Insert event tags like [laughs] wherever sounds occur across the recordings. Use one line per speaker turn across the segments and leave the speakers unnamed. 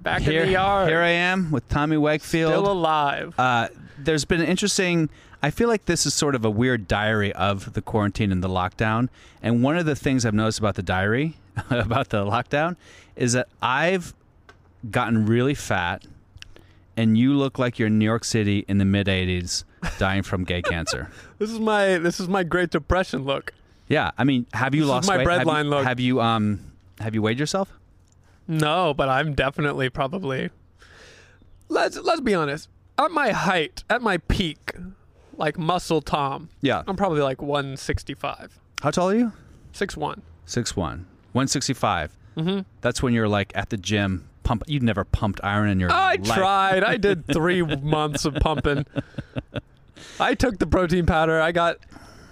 back
Here,
in the yard.
here I am with Tommy Wakefield.
Still alive.
uh, there's been an interesting. I feel like this is sort of a weird diary of the quarantine and the lockdown. And one of the things I've noticed about the diary, [laughs] about the lockdown, is that I've gotten really fat, and you look like you're in New York City in the mid '80s, dying from
[laughs]
gay cancer.
this is my this is my Great Depression look.
Yeah, I mean, have you
This is
lost
my
weight? have
breadline
you,
look.
Have you um, have you weighed yourself?
No, but I'm definitely probably. Let's let's be honest. At my height, at my peak, like muscle Tom.
Yeah.
I'm probably like 165,
How tall are you?
61.
Six one. 165. Mm-hmm. That's when you're like at the gym pump. You've never pumped iron in your
I
life.
tried. I
[laughs]
did three months of pumping. I took the protein powder. I got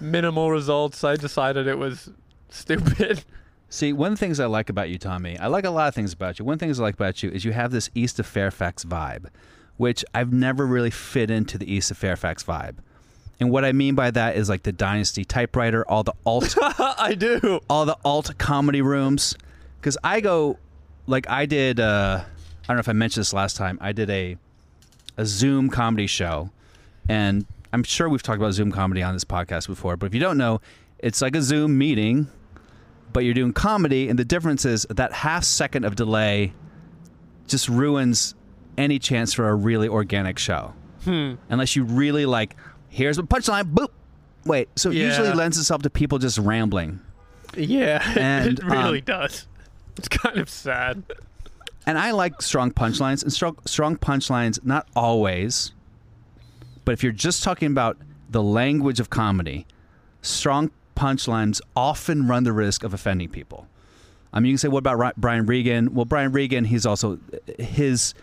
minimal results. I decided it was stupid. [laughs]
See, one of the things I like about you, Tommy, I like a lot of things about you. One of the things I like about you is you have this East of Fairfax vibe, which I've never really fit into the East of Fairfax vibe. And what I mean by that is like the Dynasty typewriter, all the
[laughs]
alt
I do.
all the alt comedy rooms because i go like i did uh i don't know if i mentioned this last time i did a a zoom comedy show and i'm sure we've talked about zoom comedy on this podcast before but if you don't know it's like a zoom meeting but you're doing comedy and the difference is that half second of delay just ruins any chance for a really organic show unless you really like here's the punchline boop wait so it usually
Yeah.
lends itself to people just rambling
Yeah, [laughs]
And,
it really
um,
does. It's kind of sad.
and I like strong punchlines and strong strong punchlines not always but if you're just talking about the language of comedy strong punchlines often run the risk of offending people I mean you can say what about Ri- Brian Regan well Brian Regan he's also his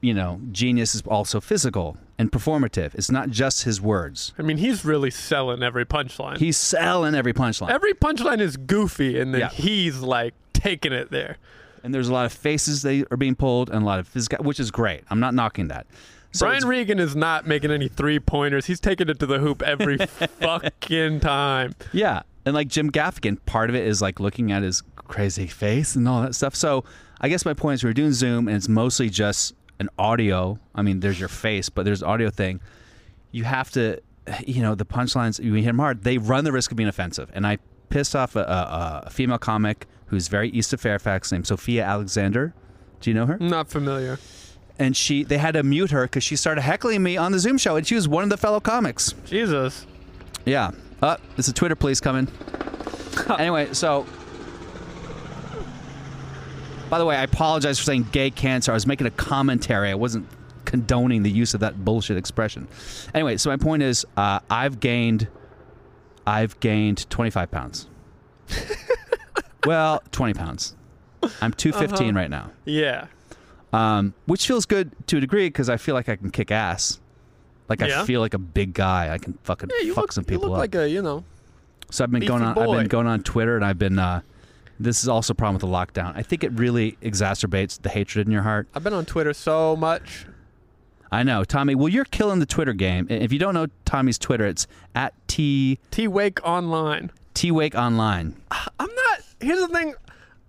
you know genius is also physical and performative it's not just his words
I mean, he's really selling every punchline.
he's selling every punchline
every punchline is goofy, and then
Yeah.
he's like taking it there.
and there's a lot of faces that are being pulled and a lot of physical which is great I'm not knocking that so
Brian
it's-
Regan is not making any three pointers. He's taking it to the hoop
[laughs]
every fucking time.
Yeah. And like Jim Gaffigan, part of it is like looking at his crazy face and all that stuff. So I guess my point is we we're doing Zoom and it's mostly just an audio. I mean, there's your face, but there's audio thing. You have to, you know, the punchlines, you hit them hard, they run the risk of being offensive. And I pissed off a, a, a female comic who's very east of Fairfax named Sophia Alexander. Do you know her?
Not familiar.
And she, they had to mute her because she started heckling me on the Zoom show, and she was one of the fellow comics.
Jesus.
Yeah. Uh, it's a Twitter
[laughs]
police coming. anyway, so. By the way, I apologize for saying gay cancer. I was making a commentary. I wasn't condoning the use of that bullshit expression. Anyway, so my point is, uh, I've gained, I've gained 25
[laughs]
pounds. well, 20 pounds. I'm 215
Uh-huh.
right now,
Yeah.
um, which feels good to a degree because I feel like I can kick ass. Like
Yeah.
I feel like a big guy. I can fucking
Yeah, you
fuck
look,
some
you
people
look
up.
like a, you know.
So I've been
Beefy
going on. I've
boy.
been going on Twitter, and I've been. Uh, this is also a problem with the lockdown. I think it really exacerbates the hatred in your heart.
I've been on Twitter so much.
I know, Tommy. Well, you're killing the Twitter game. And If you don't know Tommy's Twitter, it's at t
T Wake Online.
t wake online.
I'm not. Here's the thing.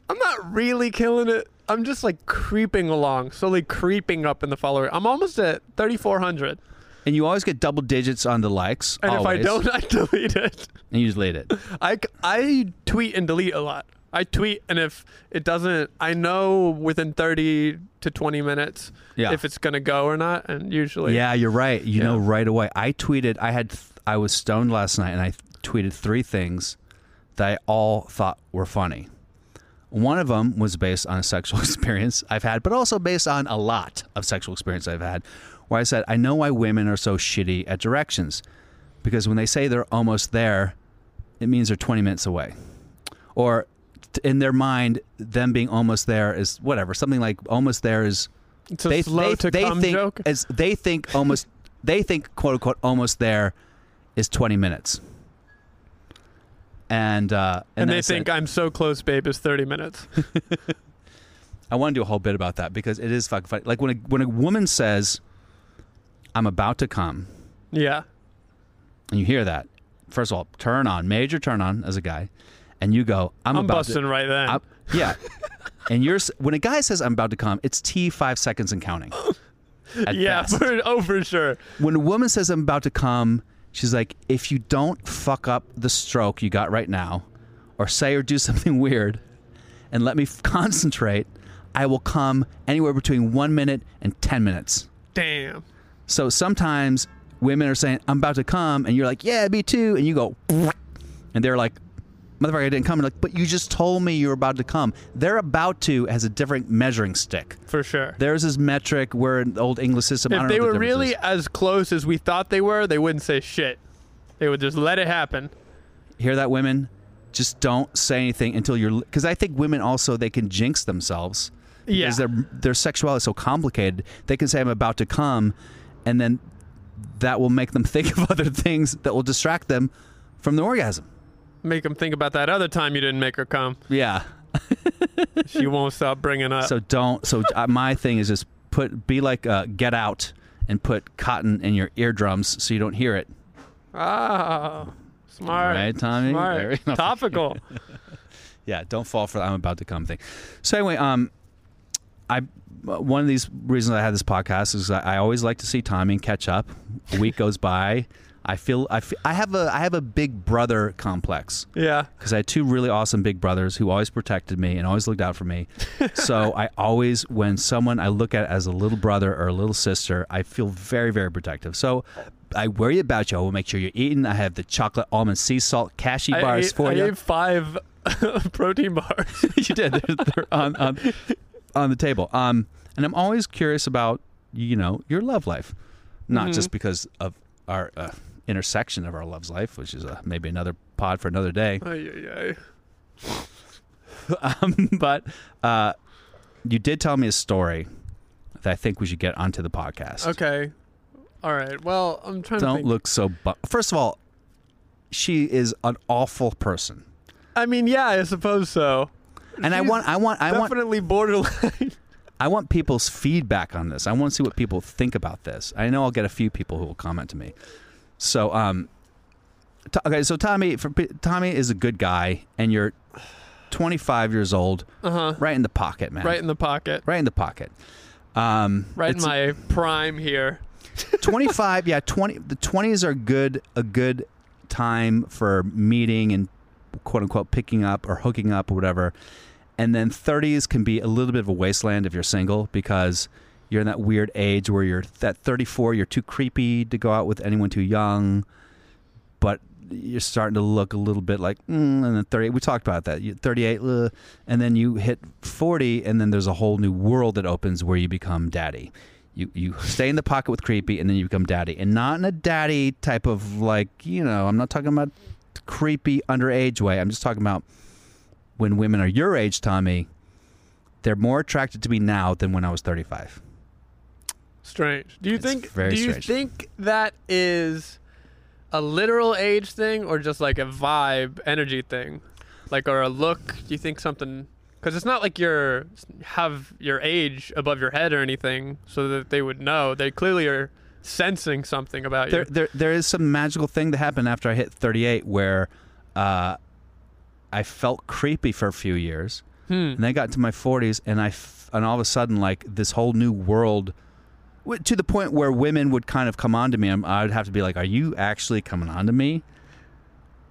I'm not really killing it. I'm just like creeping along, slowly creeping up in the follower. I'm almost at 3,400,
And you always get double digits on the likes.
and
always,
if I don't, [laughs] I delete it.
and you delete it.
I, c- I tweet and delete a lot. I tweet, and if it doesn't, I know within 30 to 20 minutes
Yeah.
if it's gonna go or not. And usually,
Yeah, you're right. You know, right away. I tweeted. I had. Th- I was stoned last night, and I th- tweeted three things that I all thought were funny. One of them was based on a sexual [laughs] experience I've had, but also based on a lot of sexual experience I've had, where I said, "I know why women are so shitty at directions, because when they say they're almost there, it means they're 20 minutes away, or." t- In their mind, them being almost there is whatever. Something like almost there is
it's a slow to come
think
joke.
as they think almost they think quote unquote almost there is 20 minutes. And uh,
And,
then I
they
said-
think I'm so close, babe, is 30 minutes. [laughs]
I want to do a whole bit about that because it is fucking funny. Like when a, when a woman says, "I'm about to come,"
yeah.
and you hear that, first of all, turn on, major turn on as a guy, and you go, "I'm,
I'm
about
busting
to."
right then.
I'm- yeah, and you're s- when a guy says, "I'm about to come," it's t five seconds and
[laughs]
counting. At
yeah, [laughs]
best.
for, oh, for sure.
when a woman says, "I'm about to come," she's like, "If you don't fuck up the stroke you got right now, or say or do something [laughs] weird, and let me f- concentrate." I will come anywhere between one minute and 10 minutes.
Damn.
So sometimes women are saying, I'm about to come, and you're like, Yeah, me too. And you go, [laughs] and they're like, Motherfucker, I didn't come. And like, but you just told me you were about to come. They're about to has a different measuring stick.
For sure.
Theirs is metric. We're in the old English system. I
if
don't
they
know what
were
the difference
really
is.
as close as we thought they were, they wouldn't say shit. They would just let it happen.
hear that, women, just don't say anything until you're. Because I think women also they can jinx themselves.
Yeah.
Because their their sexuality is so complicated, they can say I'm about to come, and then that will make them [laughs] think of other things that will distract them from the orgasm.
Make them think about that other time you didn't make her come.
Yeah. [laughs]
She won't stop bringing up.
So don't. So uh, my thing is just put be like uh, get out and put cotton in your eardrums so you don't hear it.
oh, smart.
Right, Tommy?
Smart.
Very- no. [laughs]
Topical.
Yeah, don't fall for the I'm about to come thing. So anyway, um, I one of these reasons I had this podcast is I, I always like to see Tommy and catch up. A week goes by. I feel I feel, I have a I have a big brother complex.
yeah.
because I had two really awesome big brothers who always protected me and always looked out
[laughs]
for me. so I always, when someone I look at as a little brother or a little sister, I feel very, very protective. So I worry about you. I will make sure you're eating. I have the chocolate almond sea salt cashew
I
bars
ate,
for
I
you.
ate five [laughs] protein bars. [laughs]
[laughs] you did. They're, they're on, on on the table. Um, and I'm always curious about you know your love life, not
Mm-hmm.
just because of our uh, intersection of our love's life, which is uh, maybe another pod for another day. [laughs]
Ay, ay, ay.
um, but uh, you did tell me a story that I think we should get onto the podcast.
Okay. All right. Well, I'm trying to
Don't
think.
look so. Bu- First of all, she is an awful person,
I mean, yeah, I suppose so.
and I
She's
want, I want, I want,
Definitely borderline. [laughs]
I want people's feedback on this. I want to see what people think about this. I know I'll get a few people who will comment to me. So, um, t- okay, so Tommy, for, p- Tommy is a good guy, and you're 25 years old,
Uh-huh.
right in the pocket, man,
right in the pocket.
right in the pocket. Um,
Right in
it's-
my prime here.
25 yeah 20 the 20s are good a good time for meeting and quote unquote picking up or hooking up or whatever and then 30s can be a little bit of a wasteland if you're single because you're in that weird age where you're at 34 you're too creepy to go out with anyone too young but you're starting to look a little bit like mm, and then 38 we talked about that you- 38 uh, and then you hit 40 and then there's a whole new world that opens where you become daddy you you stay in the pocket with creepy and then you become daddy and not in a daddy type of like you know i'm not talking about creepy underage way i'm just talking about when women are your age tommy they're more attracted to me now than when i was 35
Strange. Do you
It's
think
very
do you
strange.
think that is a literal age thing or just like a vibe energy thing? Like or a look? Do you think something cuz it's not like you're have your age above your head or anything so that they would know. They clearly are sensing something about you.
there, there there is some magical thing that happened after I hit 38 where uh, I felt creepy for a few years, and then I got into my 40s, and I f- and all of a sudden like this whole new world. w- To the point where women would kind of come on to me, I'm- I'd have to be like, "Are you actually coming on to me?"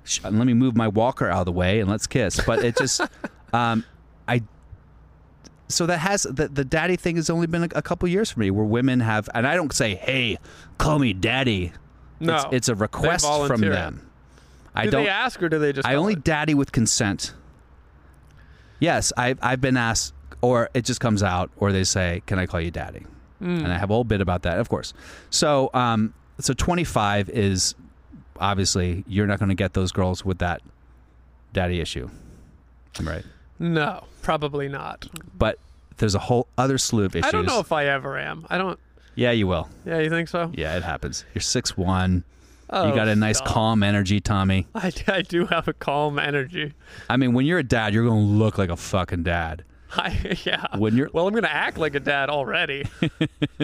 Sh- and Let me move my walker out of the way and let's kiss. But it just, um, I. So that has the, the daddy thing has only been a, a couple years for me, where women have, and I don't say, "Hey, call me daddy."
no.
It's, it's a request from
volunteer it.
them. I
do
don't.
they ask or do they just
I
call
only
it?
daddy with consent. Yes, I've I've been asked, or it just comes out, or they say, "Can I call you daddy?"
Hmm.
And I have a whole bit about that, of course. So, um, so twenty five is obviously you're not going to get those girls with that daddy issue, right?
No, probably not.
But there's a whole other slew of issues.
I don't know if I ever am. I don't.
Yeah, you will.
Yeah, you think so?
Yeah, it happens. You're six one.
Oh,
you got a nice
stop.
calm energy, Tommy.
I, [laughs] I do have a calm energy.
I mean, when you're a dad, you're gonna look like a fucking dad.
[laughs] I, yeah.
When you're-
well, I'm gonna act like a dad
[laughs]
already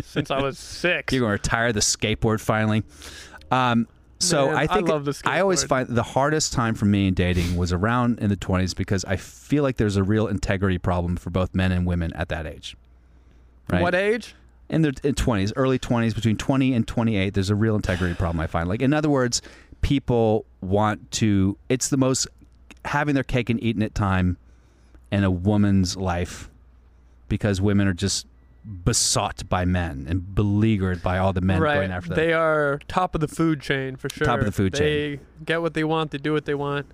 since I was 6
You're gonna retire the skateboard finally. Um, so
Man,
I
I
think
love the
I always
skateboard.
find the hardest time for me in dating was around in the 20s because I feel like there's a real integrity problem for both men and women at that age. Right?
What age?
in their in 20s, early 20s, between 20 and 28, there's a real integrity problem I find. Like in other words, people want to it's the most having their cake and eating it time in a woman's life because women are just besought by men and beleaguered by all the men
right.
going after them.
They are top of the food chain for sure.
Top of the food
they They get what they want. They do what they want.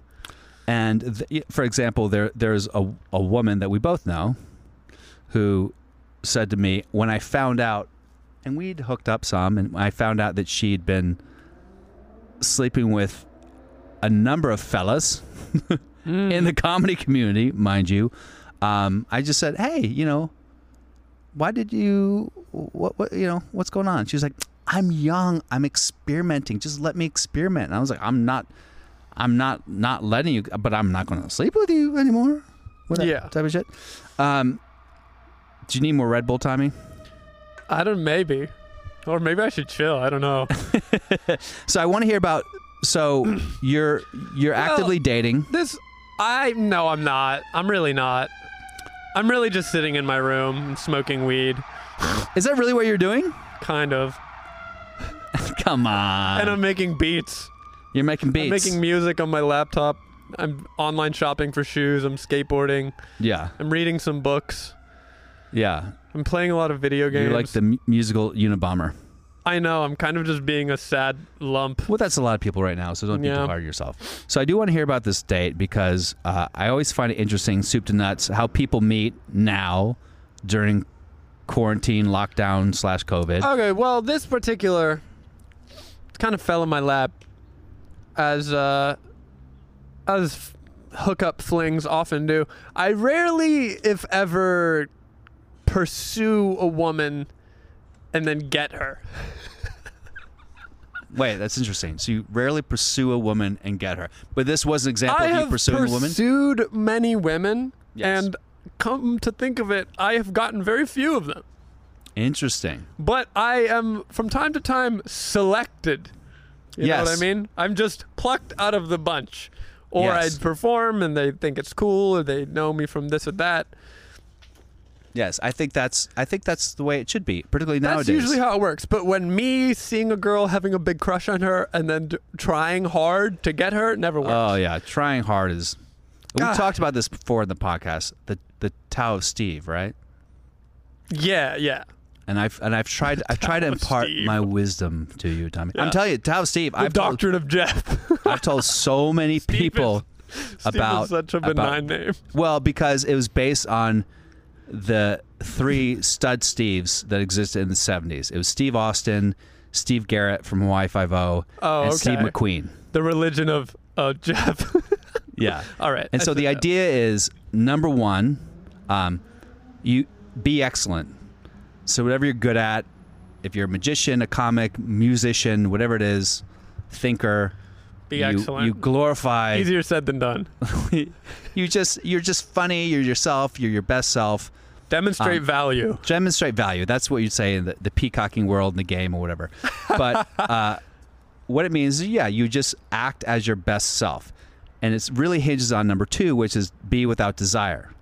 And th- for example, there there's a, a woman that we both know who said to me when I found out, and we'd hooked up some, and I found out that she'd been sleeping with a number of fellas [laughs] in the comedy community, mind you. Um, I just said, hey, you know, why did you what what you know what's going on? She was like, I'm young, I'm experimenting, just let me experiment. And I was like, I'm not. I'm not not letting you, but I'm not going to sleep with you anymore. What that
Yeah.
type of shit. Um, do you need more Red Bull, Tommy?
I don't maybe, or maybe I should chill. I don't
[laughs]
know.
So I want to hear about. So you're you're actively dating.
this, I no, I'm not. I'm really not. I'm really just sitting in my room and smoking weed,
Is that really what you're doing? [laughs]
kind of,
Come on.
and I'm making beats.
you're making Um, beats.
I'm making music on my laptop. I'm online shopping for shoes. I'm skateboarding.
yeah,
I'm reading some books.
yeah.
I'm playing a lot of video games.
You're like the mu- musical Unabomber.
I know. I'm kind of just being a sad lump.
Well, that's a lot of people right now, so don't be
Yeah.
too hard on yourself. So I do want to hear about this date because uh, I always find it interesting, soup to nuts, how people meet now during quarantine, lockdown slash COVID.
Okay, well, this particular kind of fell in my lap as uh as f- hookup flings often do. I rarely if ever pursue a woman and then get her.
Wait, that's interesting. So you rarely pursue a woman and get her, but this was an example
I
of
have
you pursuing a woman.
pursued many women
Yes.
and come to think of it, I have gotten very few of them.
Interesting.
But I am from time to time selected. You know what
Yes.
I mean? I'm just plucked out of the bunch. Or
Yes.
I'd perform and they think it's cool or they know me from this or that.
Yes, I think that's I think that's the way it should be, particularly
That's
nowadays.
usually how it works. But when me seeing a girl having a big crush on her and then d- trying hard to get her, it never works.
Oh yeah, trying hard is.
God.
We talked about this before in the podcast. The the Tao Steve, right?
yeah, yeah.
and I've and
[laughs]
I've tried I've tried to impart
Steve.
my wisdom to you, Tommy.
Yeah.
I'm telling you, Tom Steve,
The
I've told,
doctrine of Jeff. [laughs]
I've told so many people
Steve
about
is such a
about-
benign name.
well, because it was based on the three stud Steves that existed in the '70s. It was Steve Austin, Steve Garrett from Hawaii Five O,
Oh,
and Steve
okay.
McQueen.
The religion of uh, Jeff. [laughs]
Yeah.
All right.
And
I
so the
said that.
idea is number one, um, you be excellent. So whatever you're good at, if you're a magician, a comic, musician, whatever it is, thinker,
Be
you,
excellent.
you glorify.
Easier said than
[laughs]
done.
you just you're just funny. You're yourself. You're your best self.
Demonstrate
Um,
value.
Demonstrate value. That's what you'd say in the, the peacocking world, in the game, or whatever.
[laughs]
But uh, what it means is, yeah, you just act as your best self, and it's really hinges on number two, which is be without desire.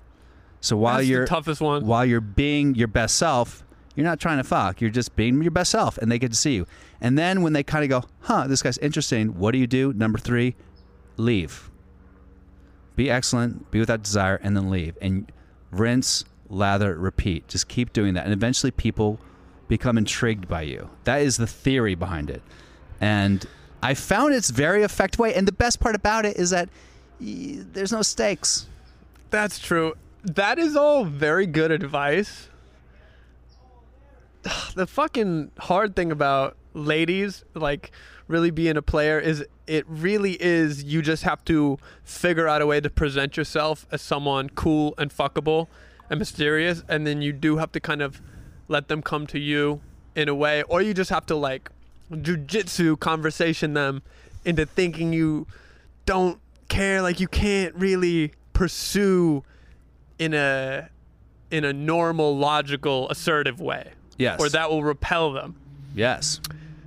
So while
That's
you're
the toughest one.
while you're being your best self, you're not trying to fuck. You're just being your best self, and they get to see you. And then when they kind of go, huh, this guy's interesting. What do you do? Number three, leave. Be excellent, be without desire, and then leave. And rinse, lather, repeat. Just keep doing that, and eventually people become intrigued by you. That is the theory behind it, and I found it's very effective way. And the best part about it is that y- there's no stakes.
That's true. That is all very good advice. The fucking hard thing about ladies, like really being a player, is it really is you just have to figure out a way to present yourself as someone cool and fuckable and mysterious, and then you do have to kind of let them come to you in a way, or you just have to like jujitsu conversation them into thinking you don't care. Like you can't really pursue in a in a normal, logical, assertive way.
Yes.
Or that will repel them.
Yes.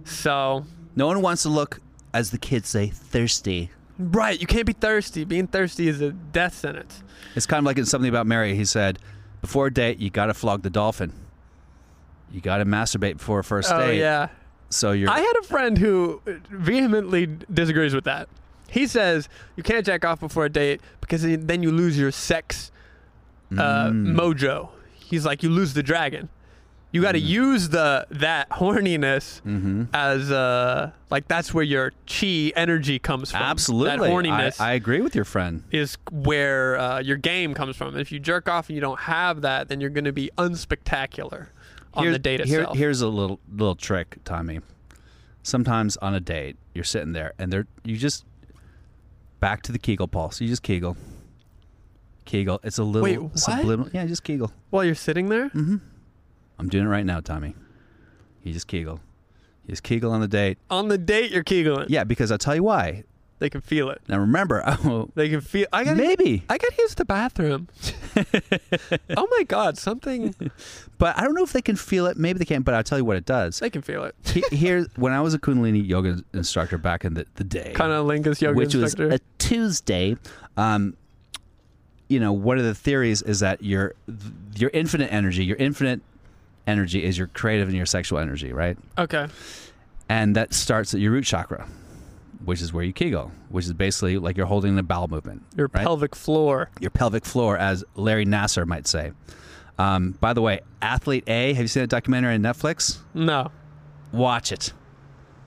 So
No one wants to look, as the kids say, thirsty.
right, you can't be thirsty. Being thirsty is a death sentence.
It's kind of like in something about Mary. He said, before a date, you got to flog the dolphin. You got to masturbate before a first
Oh
date.
yeah.
So you're.
I had a friend who uh, vehemently disagrees with that. He says you can't jack off before a date because then you lose your sex uh,
Mm.
mojo. He's like you lose the dragon. You got to
Mm.
use the that horniness
Mm-hmm.
as uh like that's where your chi energy comes from.
absolutely.
that horniness
I, I agree with your friend.
is where uh, your game comes from. If you jerk off and you don't have that, then you're going to be unspectacular on
Here-
the date
here-
itself.
here's a little little trick, Tommy. Sometimes on a date, you're sitting there and they're you just back to the Kegel pulse. You just Kegel. Kegel. It's a little
Wait, what?
subliminal. Yeah, just Kegel.
While you're sitting there,
Mm-hmm. I'm doing it right now, Tommy. You just Kegel. You just Kegel on the date.
on the date, you're kegeling.
Yeah, because I'll tell you why.
They can feel it.
Now remember, [laughs] oh,
They can feel. I got
maybe,
I got to use the
[laughs]
bathroom. oh my god, something.
but I don't know if they can feel it. Maybe they can't, but I'll tell you what
[laughs]
it does.
They can feel it.
He- Here, when I was a Kundalini yoga instructor back in the, the day,
Kind of lingus yoga
which
instructor.
was a Tuesday. Um, you know, one of the theories is that your your infinite energy, your infinite energy is your creative and your sexual energy, right?
okay.
And that starts at your root chakra, which is where you kegel, which is basically like you're holding the bowel movement,
Your
right?
pelvic floor.
your pelvic floor, as Larry Nasser might say. Um, by the way, Athlete A, have you seen that documentary on Netflix?
No.
Watch it.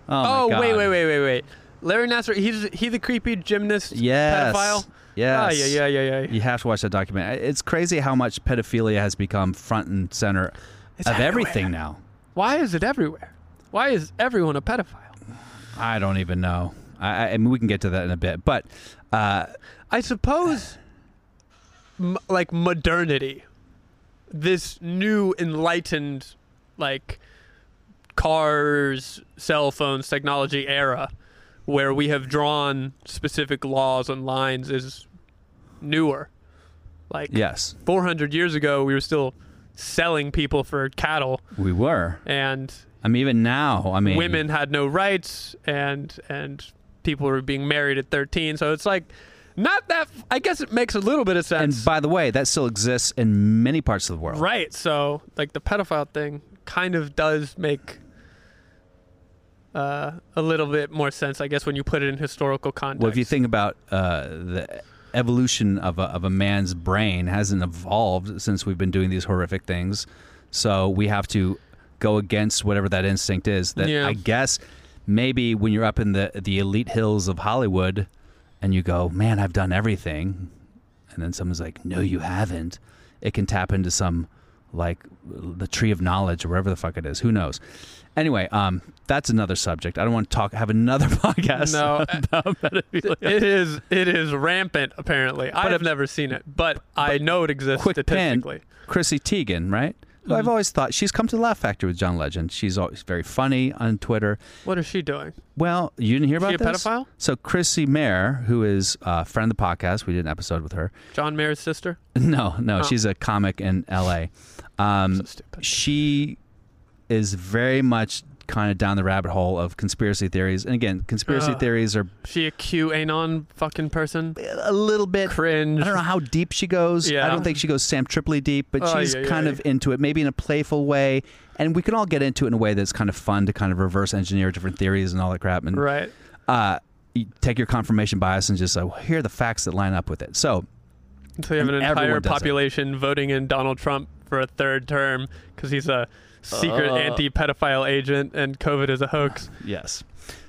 Oh,
Oh,
my God.
wait, wait, wait, wait, wait. Larry Nasser. He's he the creepy gymnast.
Yes.
Pedophile.
Yes.
Ah, yeah, yeah, yeah, yeah.
You have to watch that document. It's crazy how much pedophilia has become front and center
It's
of
everywhere.
everything now.
Why is it everywhere? Why is everyone a pedophile?
I don't even know. I, I- I mean, we can get to that in a bit, but uh,
I suppose, m- like modernity, this new enlightened, like cars, cell phones, technology era, where we have drawn specific laws and lines is newer. Like
yes,
400 years ago, we were still selling people for cattle,
we were.
and
I mean, even now, I mean,
women had no rights and and people were being married at 13 so it's like not that i guess it makes a little bit of
And
sense
by the way, that still exists in many parts of the world.
right so like the pedophile thing kind of does make uh, a little bit more sense i guess when you put it in historical context
Well, if you think about uh, the evolution of a, of a man's brain hasn't evolved since we've been doing these horrific things, so we have to go against whatever that instinct is. That
Yeah.
I guess maybe when you're up in the the elite hills of Hollywood, and you go, "Man, I've done everything," and then someone's like, "No, you haven't," it can tap into some like the tree of knowledge or wherever the fuck it is. Who knows? Anyway, um, that's another subject. I don't want to talk. Have another [laughs] podcast.
No, uh,
[laughs] about pedophilia.
it is it is rampant apparently i
But
have
if-
never seen it but, i know it exists
quick pin,
statistically
Chrissy Teigen, right? Who
Mm-hmm.
I've always thought she's come to the Laugh Factory with John Legend. She's always very funny on Twitter.
what is she doing
Well, you didn't hear about
she a
this?
pedophile?
So Chrissy Mayer, who is a friend of the podcast, we did an episode with her. [laughs]
john mayer's sister
No, no,
Oh.
she's a comic in L.A. Um,
stupid
she is very much kind of down the rabbit hole of conspiracy theories, and again, conspiracy
Ugh.
theories are
she a qanon fucking person
a little bit
cringe
I don't know how deep she goes.
Yeah.
I don't think she goes Sam Tripoli deep, but
Oh,
she's
yeah, yeah,
kind
yeah.
of into it, maybe in a playful way. And we can all get into it in a way that's kind of fun to kind of reverse engineer different theories and all that crap. And
right
uh, you take your confirmation bias and just like, here are the facts that line up with it. So
So you have
And
an
everyone
entire
does it.
population voting in Donald Trump for a third term because he's a
Uh.
secret anti-pedophile agent and COVID is a hoax.
Yes.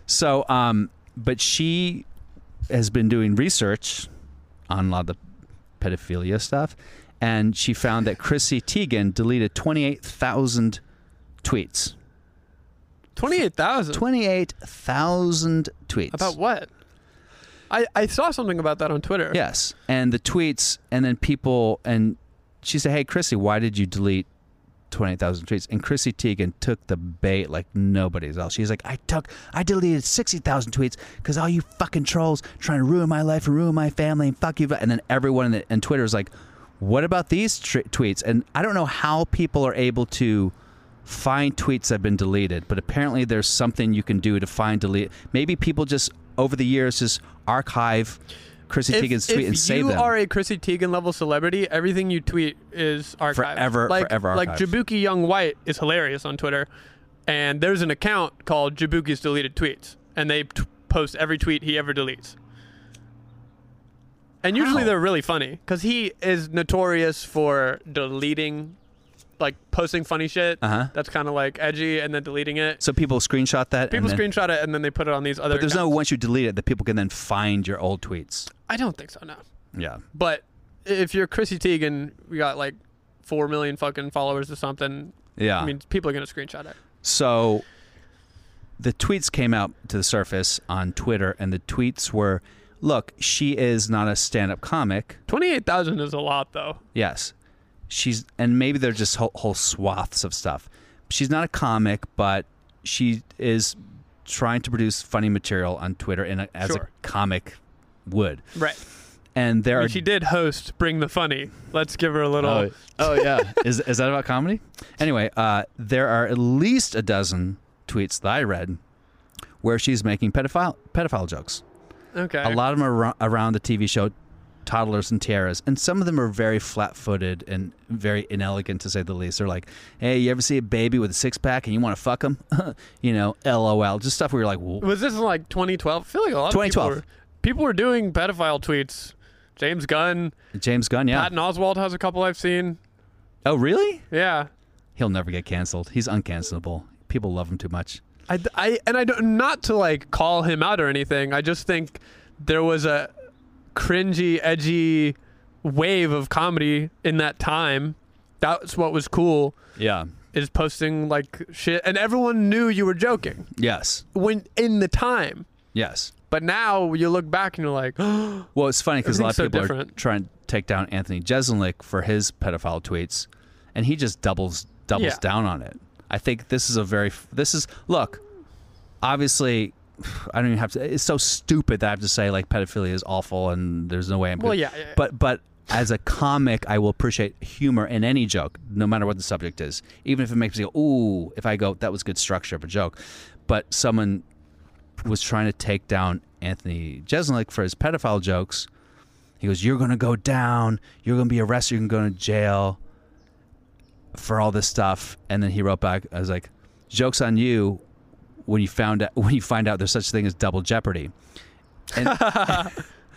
So, um, but she has been doing research on a lot of the pedophilia stuff, and she found that Chrissy Teigen deleted 28,000 tweets.
Twenty-eight thousand.
28,000 tweets.
About what? I I saw something about that on Twitter.
Yes. And the tweets, and then people, and she said, Hey, Chrissy, why did you delete twenty eight thousand tweets, and Chrissy Teigen took the bait like nobody's else. She's like, I took, I deleted sixty thousand tweets because all you fucking trolls trying to ruin my life and ruin my family and fuck you. And then everyone in, the, in Twitter is like, what about these tr- tweets? And I don't know how people are able to find tweets that have been deleted, but apparently there's something you can do to find delete. Maybe people just over the years just archive Chrissy Teigen's tweet and save
you
them.
are a Chrissy Teigen level celebrity, everything you tweet is archived.
Forever-
like,
forever
Like
archived.
Jabuki Young White is hilarious on Twitter, and there's an account called Jabuki's Deleted Tweets, and they t- post every tweet he ever deletes. And usually
How?
they're really funny because he is notorious for deleting, like posting funny shit
Uh-huh.
that's kind of like edgy, and then deleting it.
so people screenshot that.
People
and then,
screenshot it and then they put it on these other.
But there's no
accounts.
once you delete it that people can then find your old tweets.
I don't think so. No.
Yeah.
But if you're Chrissy Teigen, we got like four million fucking followers or something.
Yeah.
I mean, people are gonna screenshot it.
So the tweets came out to the surface on Twitter, and the tweets were look, she is not a stand up comic.
Twenty-eight thousand is a lot, though.
Yes. She's, and maybe they're just whole, whole swaths of stuff. She's not a comic, but she is trying to produce funny material on Twitter in a, as
Sure.
a comic would.
Right.
And there
I
are.
mean, she did host Bring the Funny. Let's give her a little.
Oh, oh yeah. [laughs] is, is that about comedy? Anyway, uh, there are at least a dozen tweets that I read where she's making pedophile pedophile jokes.
okay.
A lot of them are ar- around the TV show Toddlers and Tiaras, and some of them are very flat-footed and very inelegant to say the least. They're like, "Hey, you ever see a baby with a six-pack and you want to fuck him?" [laughs] you know, LOL. Just stuff where you're like, "Whoa."
Was this in like 2012? I feel like a lot. of
2012.
People were, people were doing pedophile tweets. James Gunn,
"James Gunn, yeah."
Patton Oswald has a couple I've seen.
oh, really?
Yeah.
He'll never get canceled. He's uncancelable. People love him too much.
I, I and I don't not to like call him out or anything. I just think there was a cringy, edgy wave of comedy in that time. That's what was cool
Yeah.
is posting like shit, and everyone knew you were joking
Yes.
when in the time.
Yes.
But now you look back and you're like, [gasps]
Well, it's funny because a
Everything's
lot of
so
people are
different.
trying to take down Anthony Jeselnik for his pedophile tweets, and he just doubles doubles
Yeah.
down on it. I think this is a very f- this is look, obviously, I don't even have to. It's so stupid that I have to say like pedophilia is awful and there's no way I'm.
Well,
gonna-
yeah, yeah, yeah.
But but as a comic, I will appreciate humor in any joke, no matter what the subject is, even if it makes me go ooh. If I go that was good structure of a joke, but someone was trying to take down Anthony Jeselnik for his pedophile jokes. He goes, "You're gonna go down. You're gonna be arrested. You're gonna go to jail for all this stuff." And then he wrote back, "I was like, jokes on you when you found out, [laughs] when you find out there's such a thing as double jeopardy." And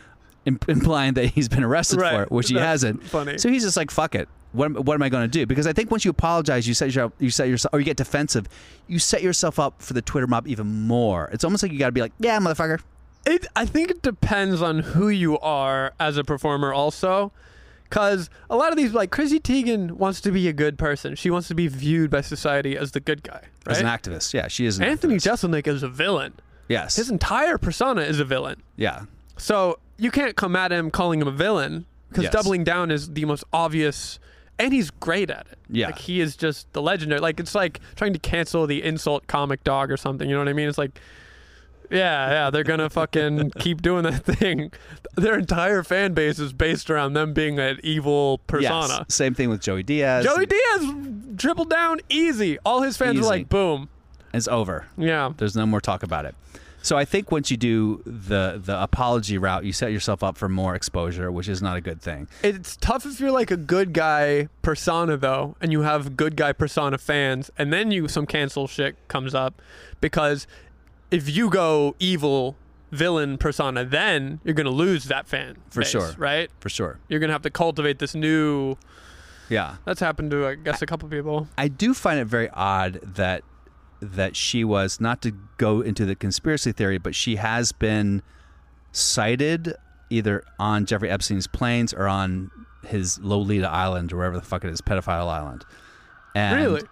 [laughs]
im- implying that he's been arrested for
Right.
it, which he
That's
hasn't.
funny.
So he's just like, "Fuck it. What am, what am I going to do?" Because I think once you apologize, you set your, you set yourself, or you get defensive, you set yourself up for the Twitter mob even more. It's almost like you got to be like, "Yeah, motherfucker."
It, I think it depends on who you are as a performer, also. Because a lot of these, like Chrissy Teigen, wants to be a good person. She wants to be viewed by society as the good guy. Right?
As an activist, yeah, she is. An
Anthony
activist.
Jeselnik is a villain.
Yes.
His entire persona is a villain.
yeah.
So you can't come at him calling him a villain because
Yes.
doubling down is the most obvious, and he's great at it.
Yeah.
like he is just the legendary. Like it's like trying to cancel the insult comic dog or something. You know what I mean? It's like, yeah, yeah, they're gonna
[laughs]
fucking keep doing that thing. Their entire fan base is based around them being an evil persona.
Yes. Same thing with Joey Diaz.
Joey Diaz tripled down easy. All his fans
Easy.
were like, boom,
It's over.
yeah.
There's no more talk about it. So I think once you do the the apology route, you set yourself up for more exposure, which is not a good thing.
It's tough if you're like a good guy persona though, and you have good guy persona fans, and then you some cancel shit comes up, because if you go evil villain persona, then you're gonna lose that fan
For
base,
sure.
right?
For sure.
You're gonna have to cultivate this new.
Yeah.
That's happened to I guess a couple people.
I do find it very odd that that she was not to go into the conspiracy theory, but she has been cited either on Jeffrey Epstein's planes or on his Lolita Island or wherever the fuck it is, pedophile island. And
Really?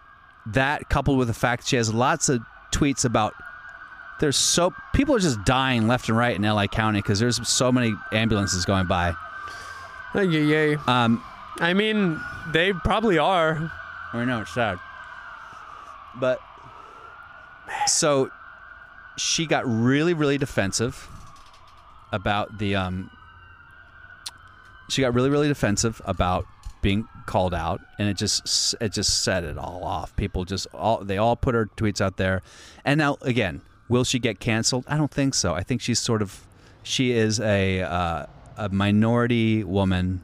that coupled with the fact she has lots of tweets about there's so people are just dying left and right in LA County because there's so many ambulances going by.
Yay!
Um,
I mean, they probably are.
I know it's sad. But so she got really, really defensive about the um she got really, really defensive about being called out and it just it just set it all off. People just all they all put her tweets out there. And now again, will she get canceled? I don't think so. I think she's sort of she is a uh, a minority woman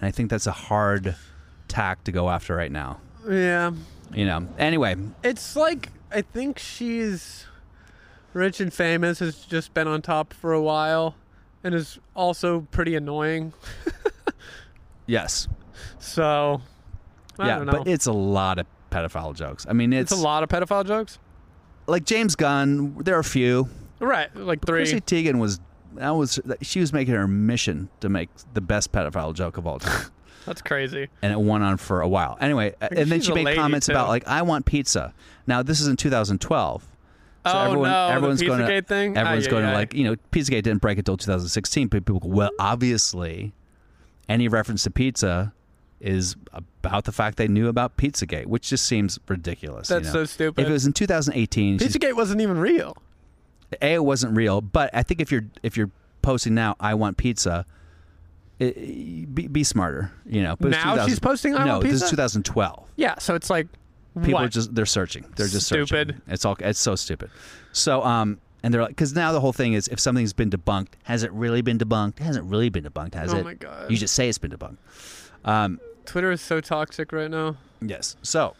and I think that's a hard tack to go after right now
Yeah.
you know. Anyway,
It's like I think she's rich and famous, has just been on top for a while, and is also pretty annoying.
yes,
So I
yeah,
don't know.
but it's a lot of pedophile jokes. I mean, it's,
it's a lot of pedophile jokes.
Like James Gunn, there are a few.
Right, like
Chrissy
three.
Teigen was that was she was making her mission to make the best pedophile joke of
[laughs]
all time,
That's crazy.
and it went on for a while. Anyway, and then
she's
she
a
made
lady,
comments
too.
about like I want pizza. Now this is in 2012. So
oh
everyone,
no,
everyone's
the
going to
Pizzagate thing.
everyone's
Ay,
going
ay,
to
ay.
like you know Pizzagate didn't break until 2016, but people go well obviously any reference to pizza is about the fact they knew about Pizzagate, which just seems ridiculous. you
That's so
know?
stupid.
If it was in 2018, she's-
Pizzagate wasn't even real.
a it wasn't real, but I think if you're if you're posting now, I want pizza. It, be, be smarter, you know. But it's
Now
2000
she's posting, "I
no,
want
this
pizza"?
is 2012.
Yeah, so it's like
People
what?
are just they're searching. They're just
Stupid.
Searching. It's all it's so stupid. So um and they're like because now the whole thing is if something's been debunked, has it really been debunked? Hasn't really been debunked, has
Oh
it?
my God.
You just say it's been debunked.
Twitter is so toxic right now,
Yes. So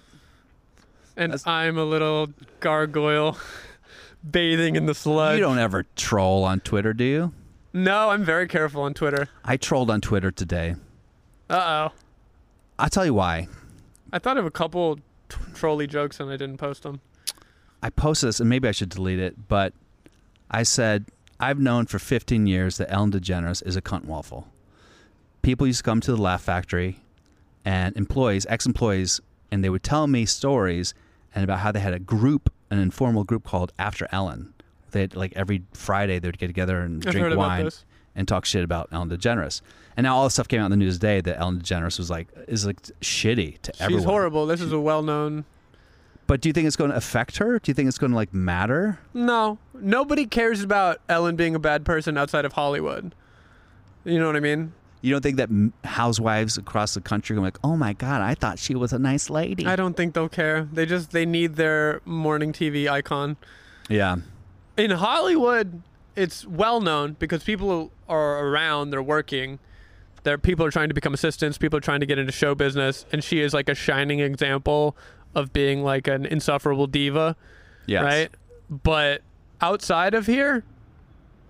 and I'm a little gargoyle [laughs] bathing in the sludge.
you don't ever troll on Twitter, do you?
No, I'm very careful on Twitter.
I trolled on Twitter today.
Uh oh.
I'll tell you why.
I thought of a couple t- trolley jokes and I didn't post them.
I posted this, and maybe I should delete it, but I said, I've known for 15 years that Ellen DeGeneres is a cunt waffle. People used to come to the Laugh Factory and employees, ex employees, and they would tell me stories and about how they had a group, an informal group called After Ellen. They had, like every Friday they would get together and
I've
drink
heard about
wine
this.
and talk shit about Ellen DeGeneres. And now all this stuff came out in the news today that Ellen DeGeneres was like is like shitty to everyone.
She's horrible. This is a well known.
But do you think it's going to affect her? Do you think it's going to like matter?
No. Nobody cares about Ellen being a bad person outside of Hollywood. You know what I mean?
You don't think that m- housewives across the country are gonna be like, oh my god, I thought she was a nice lady.
I don't think they'll care. They just they need their morning TV icon.
yeah,
In Hollywood, it's well known because people are around, they're working. There people are trying to become assistants, people are trying to get into show business, and she is like a shining example of being like an insufferable diva.
yeah.
right? But outside of here,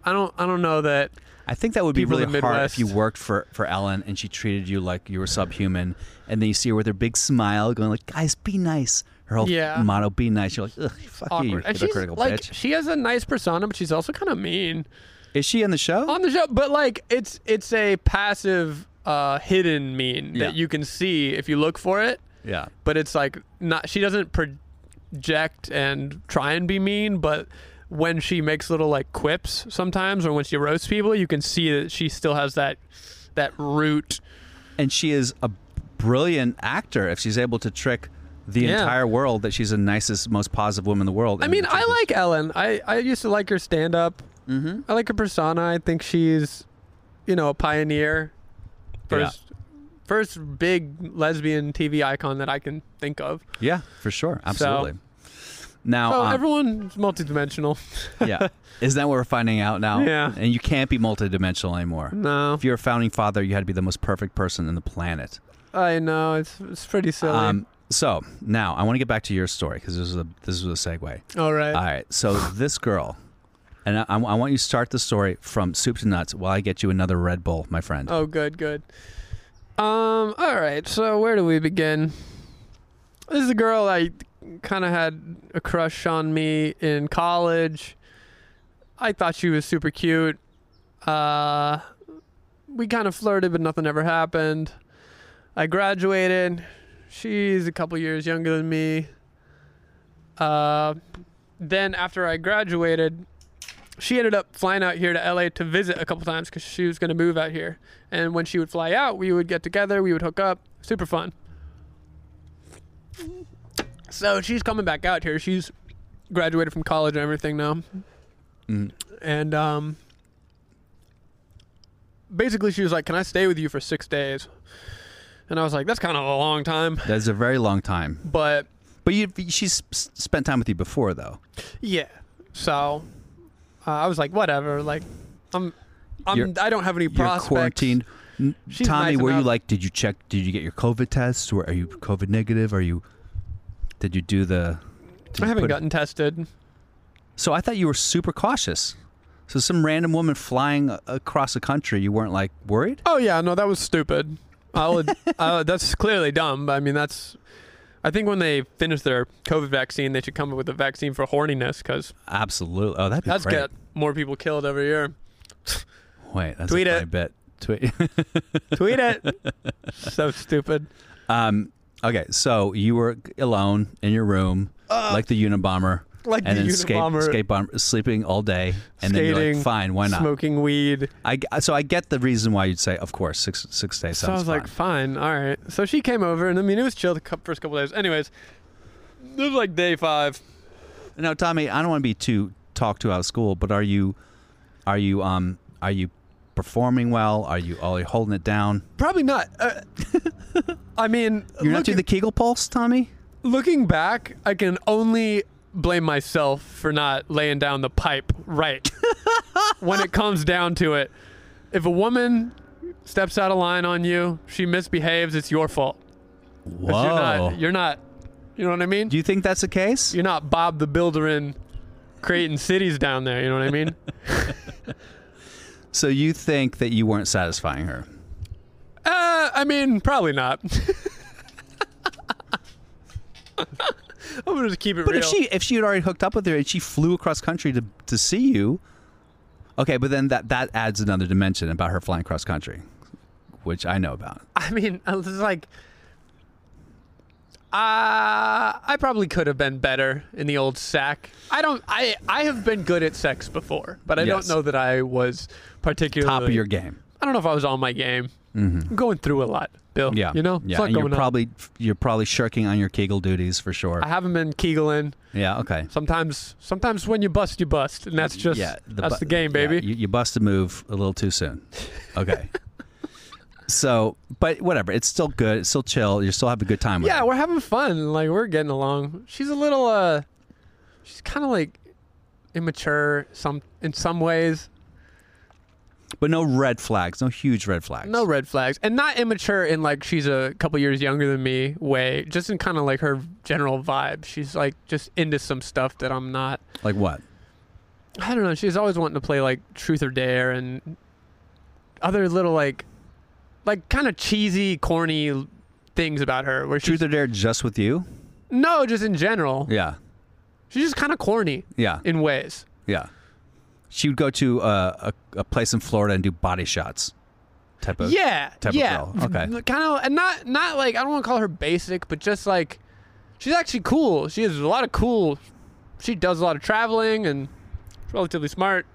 I don't I don't know that
I think that would be
People in the
really hard if you
Midwest.
worked for for Ellen and she treated you like you were subhuman, and then you see her with her big smile, going like, guys, be nice. Her whole
Yeah.
motto, be nice. You're like, ugh, fuck you, you
awkward. And she's
hypocritical
like
bitch.
she has a nice persona, but she's also kind of mean
Is she in the show?
on the show. But like it's it's a passive, uh, hidden mean
Yeah.
that you can see if you look for it.
yeah,
But it's like not she doesn't project and try and be mean, but when she makes little like quips sometimes or when she roasts people, you can see that she still has that that root.
and she is a brilliant actor if she's able to trick the
Yeah.
entire world that she's the nicest, most positive woman in the world.
I mean, I like Ellen. I, I used to like her stand up. Mm-hmm. I like her persona. I think she's, you know, a pioneer. First, first big lesbian TV icon that I can think of.
yeah, for sure, absolutely. now,
Oh,
um,
everyone's multidimensional. [laughs]
yeah. Isn't that what we're finding out now?
Yeah.
And you can't be multidimensional anymore.
no,
If you're a founding father, you had to be the most perfect person in the planet.
I know it's it's pretty silly.
Um, so now I want to get back to your story because this is a this was a segue.
All right,
All right. So this girl, and I, I want you to start the story from soup to nuts while I get you another Red Bull, my friend.
Oh, good, good. Um, all right. So where do we begin? This is a girl I kind of had a crush on me in college. I thought she was super cute. Uh, we kind of flirted, but nothing ever happened. I graduated. She's a couple years younger than me. Uh, then after I graduated, she ended up flying out here to LA to visit a couple times because she was going to move out here. And when she would fly out, we would get together, we would hook up. Super fun. So she's coming back out here. She's graduated from college and everything now. And um, basically, she was like, Can I stay with you for six days? And I was like, That's kind of a long time.
That's a very long time.
But
But you, she's s- spent time with you before, though.
yeah. So uh, I was like, Whatever. Like, I'm. I'm,
You're-
I don't have any
You're
prospects.
quarantined. N-
She's
Tommy,
nice
were you
enough.
like? Did you check? Did you get your COVID tests? Or are you COVID negative? Are you? Did you do the? did
I
you
haven't
put-
gotten tested.
So I thought you were super cautious. So some random woman flying a- across the country, you weren't like worried?
Oh yeah, no, that was stupid. I [laughs] would. uh, that's clearly dumb. But I mean, that's. I think when they finish their COVID vaccine, they should come up with a vaccine for horniness because
Absolutely. Oh, that'd be
that's
great.
got more people killed every year.
Wait, that's
Tweet
a
it.
funny bit. Tweet.
Tweet it. [laughs] so stupid.
[laughs] um, okay, so you were alone in your room, like the Unabomber,
Uh, Like
and
the
then skate,
Unabomber.
skate bomber, sleeping all day, and then you're
Skating,
like, fine, why not?
Smoking weed.
I g- so I get the reason why you'd say, of course, six six days
So I
sounds
was like,
fine.
fine, all right. So she came over, and I mean, it was chill the cou- first couple days. Anyways, it was like day five.
Now, Tommy, I don't want to be too talked to out of school, but are you, are you, um, are you performing well? Are you, are you holding it down?
Probably not. Uh, [laughs] I mean,
You're not
looking-
doing the Kegel pulse, Tommy.
Looking back, I can only blame myself for not laying down the pipe
[laughs]
right when it comes down to it. If a woman steps out of line on you, she misbehaves, it's your fault. 'Cause
Whoa!
You're not, you're not, you know what I mean?
Do you think that's the case?
You're not Bob the Builder in creating cities down there, you know what I
[laughs]
mean?
so you think that you weren't satisfying her?
Uh, I mean, probably
[laughs]
not. [laughs] I'm gonna just keep it
But
real.
if she if she had already hooked up with her and she flew across country to to see you, okay. But then that that adds another dimension about her flying cross country, which I know about.
[laughs] I mean, I was like, uh, I probably could have been better in the old sack. I don't. I I have been good at sex before, but I
Yes.
don't know that I was particularly
Top of your game. Mm-hmm.
I don't know if I was on my game. I'm going through a lot, Bill.
Yeah,
you know,
yeah.
it's not
and
going
you're
up.
probably you're probably shirking on your Kegel duties for sure.
I haven't been kegeling.
yeah, okay.
Sometimes, sometimes when you bust, you bust, and that's just
yeah,
that's
bu-
the game,
yeah,
baby.
you, you bust a move a little too soon.
[laughs]
Okay. so, but whatever. It's still good. It's still chill. You're still having a good time with
Yeah,
it.
we're having fun. Like we're getting along. She's a little uh she's kind of like immature some in some ways.
But no red flags. No huge red flags.
No red flags. And not immature in like she's a couple years younger than me way, just in kind of like her general vibe. She's like just into some stuff that I'm not.
Like what?
I don't know. She's always wanting to play like truth or dare and other little like like kind of cheesy, corny things about her where she's
Truth or dare just with you?
no, just in general.
Yeah.
She's just kind of corny
Yeah.
in ways.
Yeah. She would go to uh, a, a place in Florida and do body shots type of.
yeah,
type of
yeah.
girl. Okay.
Kind of, and not not like I don't want to call her basic, but just like she's actually cool. She has a lot of cool. She does a lot of traveling and she's relatively smart,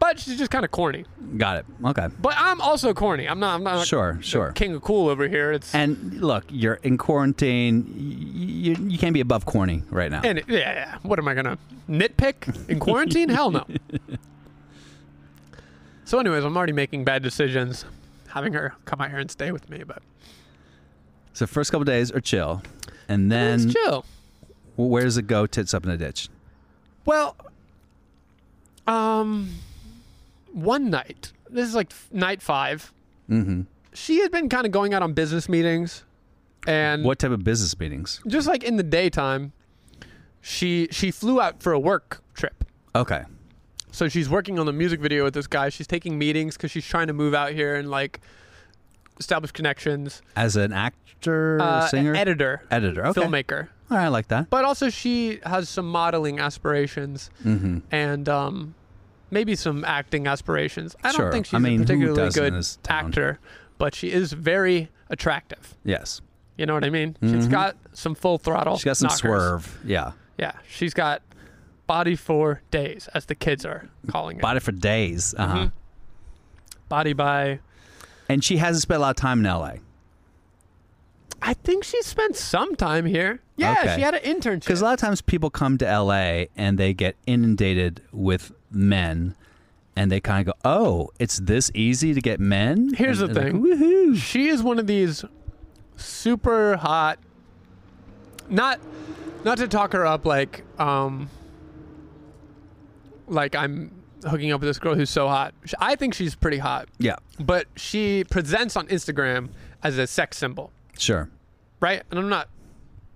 but she's just kind of corny.
Got it. Okay.
But I'm also corny. I'm not. I'm not
Sure, sure.
King of cool over here. It's and,
And look, you're in quarantine. You, you can't be above corny right now.
it- yeah, yeah. What am I gonna nitpick in quarantine? Hell
[laughs]
no. So, anyways, I'm already making bad decisions, having her come out here and stay with me. But
so first couple days are chill,
it's
and then
chill.
w- where does it go? Tits up in the ditch.
Well, um, one night, this is like f- night 5 Mm-hmm. She had been kind of going out on business meetings, and
What type of business meetings?
just like in the daytime, she she flew out for a work trip.
Okay.
So she's working on the music video with this guy. She's taking meetings because she's trying to move out here and like establish connections.
As an actor,
Uh,
singer,
editor,
editor, okay.
filmmaker.
All right, I like that.
but also she has some modeling aspirations
Mm-hmm.
and um, maybe some acting aspirations. I
Sure.
don't think she's
I mean,
a
who
particularly
doesn't in
good
this town?
actor, but she is very attractive.
Yes,
You know what I mean? She's got some full throttle.
she Mm-hmm. got some
knockers.
swerve. Yeah,
Yeah, she's got body for days, as the kids are calling it.
bought it for days. Uh huh.
Mm-hmm. body by
And she hasn't spent a lot of time in L.A.
I think she spent some time here. Yeah,
Okay.
she had an internship.
Because a lot of times people come to LA and they get inundated with men, and they kind of go, "Oh, it's this easy to get men."
Here's
And
the
they're like,
thing.
Woohoo!
she is one of these super hot not not to talk her up like um like I'm hooking up with this girl who's so hot. Sh- I think she's pretty hot,
Yeah,
but she presents on Instagram as a sex symbol,
sure.
right? And I'm not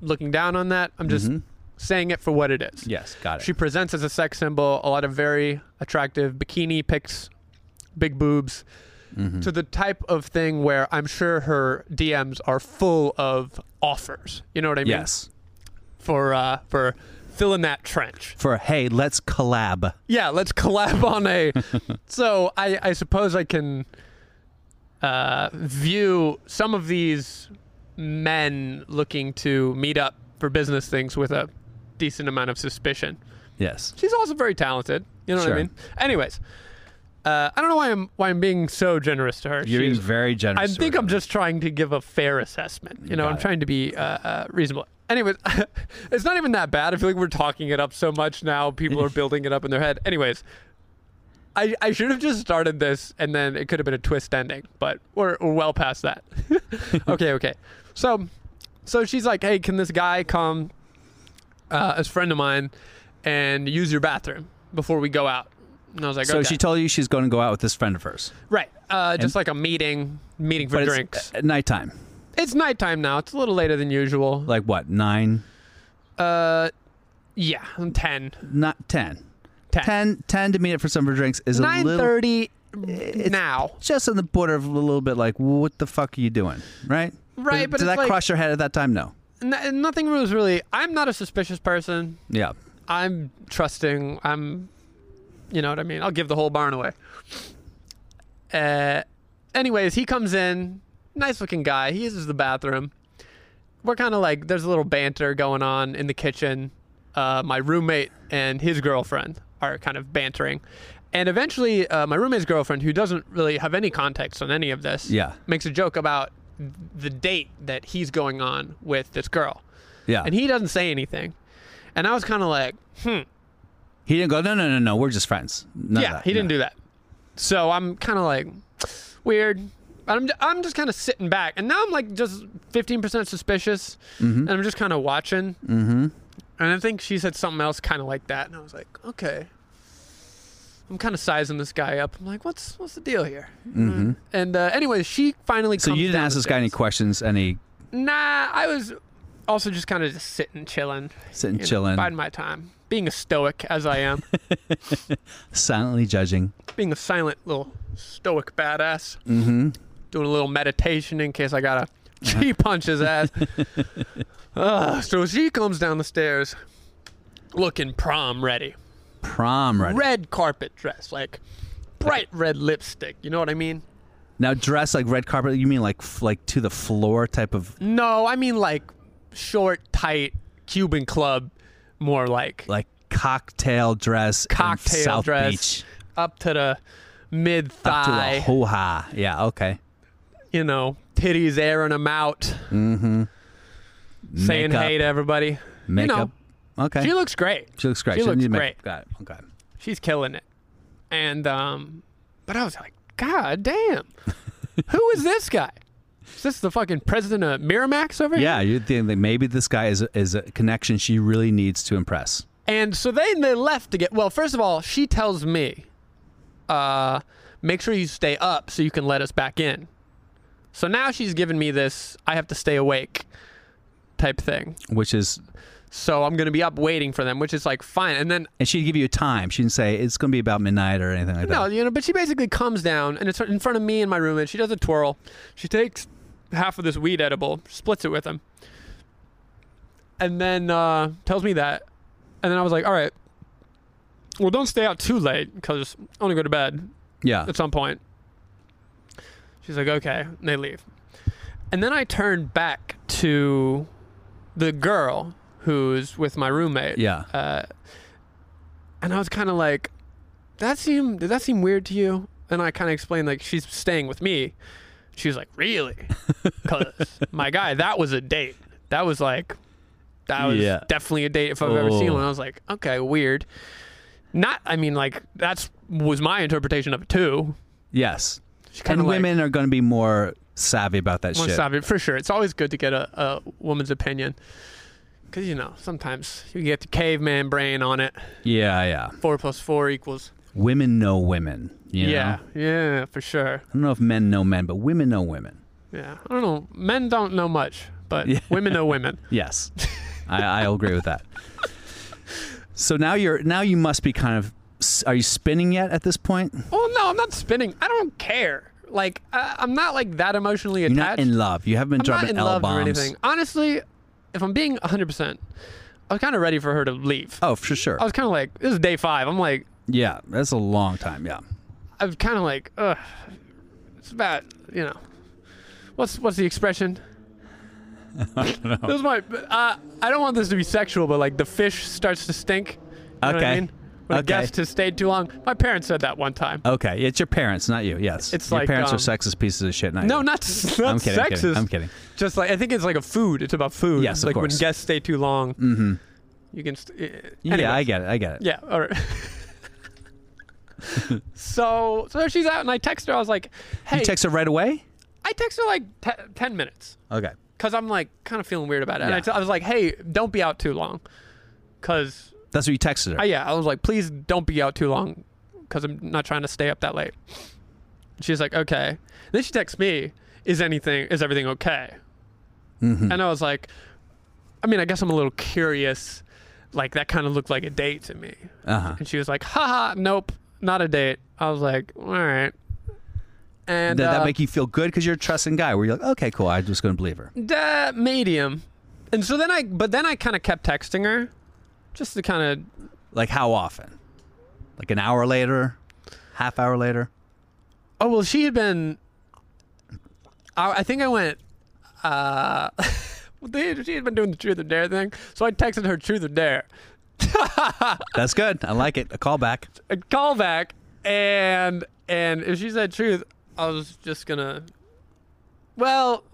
looking down on that. I'm just saying it for what it is.
Yes, got it.
She presents as a sex symbol, a lot of very attractive bikini pics, big boobs, to the type of thing where I'm sure her DMs are full of offers. You know what I mean?
yes,
For uh, for filling that trench.
for hey, let's collab.
Yeah, let's [laughs] collab on a. so I I suppose I can uh, view some of these men looking to meet up for business things with a decent amount of suspicion.
Yes,
She's also very talented. You know
Sure.
what I mean? Anyways, uh, I don't know why I'm why I'm being so generous to her.
you're being
She's-
very
I
generous. to
think
her.
I'm just trying to give a fair assessment. You know,
Got
I'm
it.
trying to be uh, uh, reasonable. Anyways, [laughs] it's not even that bad. I feel like we're talking it up so much now. People
[laughs]
are building it up in their head. Anyways, I, I should have just started this and then it could have been a twist ending, but we're, we're well past that. [laughs] okay, okay. So so she's like, hey, can this guy come uh, as a friend of mine and use your bathroom before we go out? And I was like,
So
okay.
she told you she's going to go out with this friend of hers,
right, uh, just like a meeting, meeting for
but
drinks.
it's at nighttime.
It's nighttime now. It's a little later than usual.
Like what? Nine,
Uh, yeah, I'm 10.
not ten.
10.
10, 10 to meet up for some drinks is a little
9.30 now.
just on the border of a little bit like what the fuck are you doing right
Right,
did,
but
did
it's
that
like-
cross your head at that time no
N- nothing was really... I'm not a suspicious person.
yeah
I'm trusting. I'm... You know what I mean? I'll give the whole barn away. Uh, anyways, he comes in. Nice looking guy. He uses the bathroom. We're kind of like... There's a little banter going on in the kitchen. Uh, my roommate and his girlfriend are kind of bantering. And eventually, uh, my roommate's girlfriend, who doesn't really have any context on any of this,
Yeah.
makes a joke about the date that he's going on with this girl.
yeah
And he doesn't say anything. And I was kind of like,
he didn't go no no no no we're just friends None of
yeah,
that,
he didn't
no.
do that. So I'm kind of like, weird. I'm, I'm just kind of sitting back. And now I'm like just 15% suspicious.
Mm-hmm.
And I'm just kind of watching. Mm-hmm. And I think she said something else kind of like that. And I was like, okay. I'm kind of sizing this guy up. I'm like, what's what's the deal here? Mm-hmm. And uh, anyways, she finally
so
comes
you didn't
down
ask
the
this guy any
stairs.
questions any
Nah, I was also just kind of just sitting, chilling,
sitting
you know,
chilling
biding my time, being a stoic as I am,
silently judging
being a silent little stoic badass, mm-hmm. doing a little meditation in case I gotta
Uh-huh.
she punch his
[laughs]
ass. Ugh, so she comes down the stairs, looking prom ready,
prom ready
red carpet dress, like bright red lipstick. You know what I mean?
now dress like red carpet you mean like f- like to the floor type of
No, I mean like short, tight Cuban club, more like
like cocktail dress in
cocktail
South
dress
Beach
up to the mid
up to the
thigh,
hoo ha yeah okay
you know, titties airing them out, mm-hmm. saying
Makeup.
hey to everybody.
makeup okay
You know, she looks great.
She looks great
She, looks
didn't need
great.
make- got it okay
She's killing it. And um, but I was like, God
[laughs]
damn, who is this guy? Is this the fucking president of Miramax over here?
Yeah, you think that maybe this guy is is a connection she really needs to impress.
And so then they left to get. Well, first of all, she tells me, uh, make sure you stay up so you can let us back in. So now she's given me this, I have to stay awake type thing.
Which is,
So I'm going to be up waiting for them, which is like fine. And then,
and she'd give you a time. She didn't say it's going to be about midnight or anything like
no,
that.
you know, but she basically comes down and it's in front of me and my roommate. She does a twirl. She takes half of this weed edible, splits it with him, and then uh, tells me that. And then I was like, all right, well, don't stay out too late because I want to go to bed.
Yeah,
at some point. She's like, okay, and they leave. And then I turn back to the girl who's with my roommate.
yeah.
Uh, and I was kind of like, that seem did that seem weird to you? And I kind of explained like she's staying with me. She's like, really?
[laughs]
Because my guy, that was a date. That was like, that was
Yeah.
definitely a date if I've ever seen
Oh.
one. I was like, okay, weird. Not, I mean, like that's was my interpretation of it too.
Yes.
She kinda
And
like-
women are going to be more savvy about that
One
shit.
stop it for sure. It's always good to get a, a woman's opinion because you know sometimes you get the caveman brain on it.
Yeah, yeah.
Four plus four equals.
Women know women. you know?
Yeah, yeah, for sure.
I don't know if men know men, but women know women.
Yeah, I don't know. Men don't know much, but
[laughs] Yeah.
women know women.
Yes, I, I agree with that. So now you're now you must be kind of are you spinning yet at this point?
Well, no, I'm not spinning. I don't care. Like I, I'm not like that emotionally
You're
attached.
not in love. You haven't been
I'm not
dropping
in
L
love
bombs.
or anything. Honestly, if I'm being 100, percent I was kind of ready for her to leave.
Oh, for sure.
I was kind of like, this is day five. I'm like,
yeah, that's a long time. Yeah.
I'm kind of like, ugh. It's about you know, what's what's the
[laughs]
expression? This is my. Uh, I don't want this to be sexual, but like the fish starts to stink. You Know what I
Okay.
mean? When
Okay.
a guest has stayed too long. My parents said that one time.
Okay, it's your parents, not you. Yes,
It's
your
like,
parents
um,
are sexist pieces of shit. Not
No,
you.
not, not
I'm kidding, I'm
sexist.
kidding, I'm kidding.
Just like I think it's like a food. It's about food.
Yes, of
like
course.
when guests stay too long, mm-hmm. you can. St- eh,
Yeah, I
anyways.
get it. I get it.
Yeah. All
[laughs]
right. [laughs] so so she's out, and I text her. I was like, "Hey,
You text her right away.
I text her like te- ten minutes
Okay.
because I'm like kind of feeling weird about it." And I
Yeah.
t- I was like, "Hey, don't be out too long," because
That's what you texted her.
I, yeah, I was like, please don't be out too long because I'm not trying to stay up that late. She's like, okay. Then she texts me, is anything, is everything okay?
Mm-hmm.
And I was like, I mean, I guess I'm a little curious. Like, that kind of looked like a date to me.
Uh-huh.
And she was like, haha, nope, not a date. I was like, all right. And
Did that
uh,
make you feel good because you're a trusting guy? Where you're like, okay, cool, I'm just going to believe her.
Duh, medium. And so then I, but then I kind of kept texting her just to kind of
Like how often? Like an hour later, half hour later.
Oh well, she had been. I, I think I went. Uh, [laughs] well, they, she had been doing the truth or dare thing, so I texted her truth or dare, [laughs]
That's good. I like it. A callback.
a callback, and and if she said truth, I was just gonna. Well,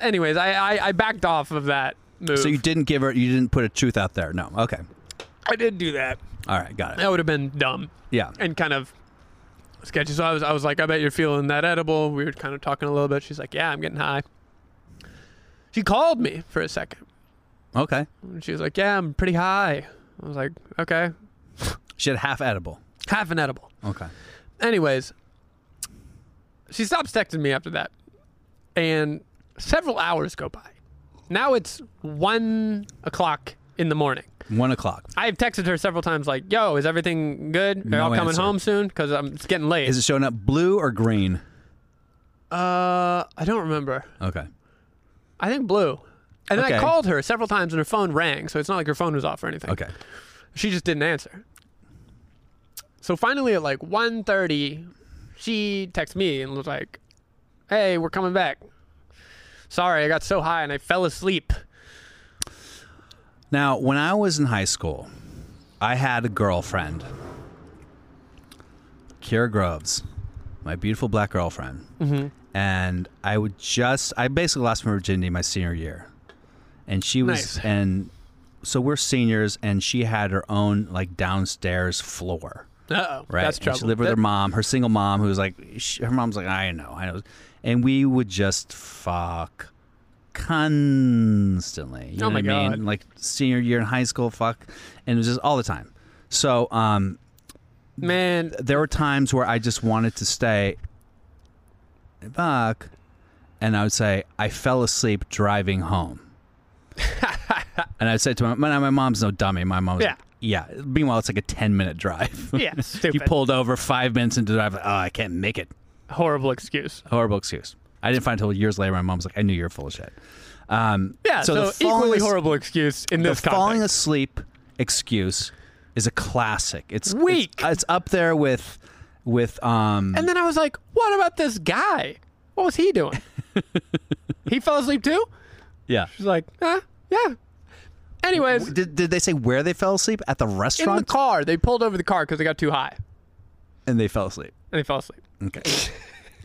anyways, I I, I backed off of that move.
So you didn't give her. You didn't put a truth out there. No. Okay.
I did do that.
All right. Got it.
That would have been dumb.
Yeah.
and kind of sketchy. So I was, I was like, I bet you're feeling that edible. We were kind of talking a little bit. She's like, Yeah, I'm getting high. She called me for a second.
Okay.
And she was like, Yeah, I'm pretty high. I was like, Okay,
She had half edible.
half an edible.
Okay.
Anyways, she stops texting me after that. And several hours go by. Now it's one o'clock in the morning.
One o'clock.
I've texted her several times, like, "Yo, is everything good? Are
No
y'all coming
answer.
home soon? Because I'm it's getting late."
Is it showing up blue or green?
uh, I don't remember.
Okay.
I think blue. And then I
Okay.
called her several times and her phone rang, so it's not like her phone was off or anything.
Okay.
She just didn't answer. So finally at like 1.30, she texts me and was like, Hey, we're coming back. Sorry, I got so high and I fell asleep.
Now, when I was in high school, I had a girlfriend, Kira Groves, my beautiful black girlfriend. And I would just, I basically lost my virginity my senior year. And she was,
Nice.
and so we're seniors, and she had her own like downstairs floor
Uh oh.
right?
That's
And
trouble.
She lived with her
That-
mom, her single mom, who was like, she, her mom's like, I know, I know. And we would just fuck constantly. You
Oh
know
my
what I
God.
mean? Like senior year in high school, fuck, and it was just all the time. So um, [laughs]
Man,
there were times where I just wanted to stay, and fuck, and I would say I fell asleep
[laughs]
driving home. and I'd say to my, my my mom's no dummy. My mom's
Yeah.
like, yeah. Meanwhile, it's like a ten minute drive. [laughs]
yeah, stupid.
You pulled over five minutes into the drive. Oh, I can't make it.
Horrible excuse.
Horrible excuse. I didn't find it until years later. My mom's like, I knew you were full of shit. Um,
Yeah, so,
the falling
equally
as-
horrible excuse in
The
this
falling
context.
asleep excuse is a classic. It's
Weak.
It's, it's up there with with um.
and then I was like, what about this guy? What was he
[laughs]
doing? he fell asleep too?
yeah.
She's like, huh? Yeah. Anyways,
Did, did they say where they fell asleep at the
in
restaurant?
the car, they pulled over the car because they got too high
and they fell asleep.
and they fell asleep.
Okay.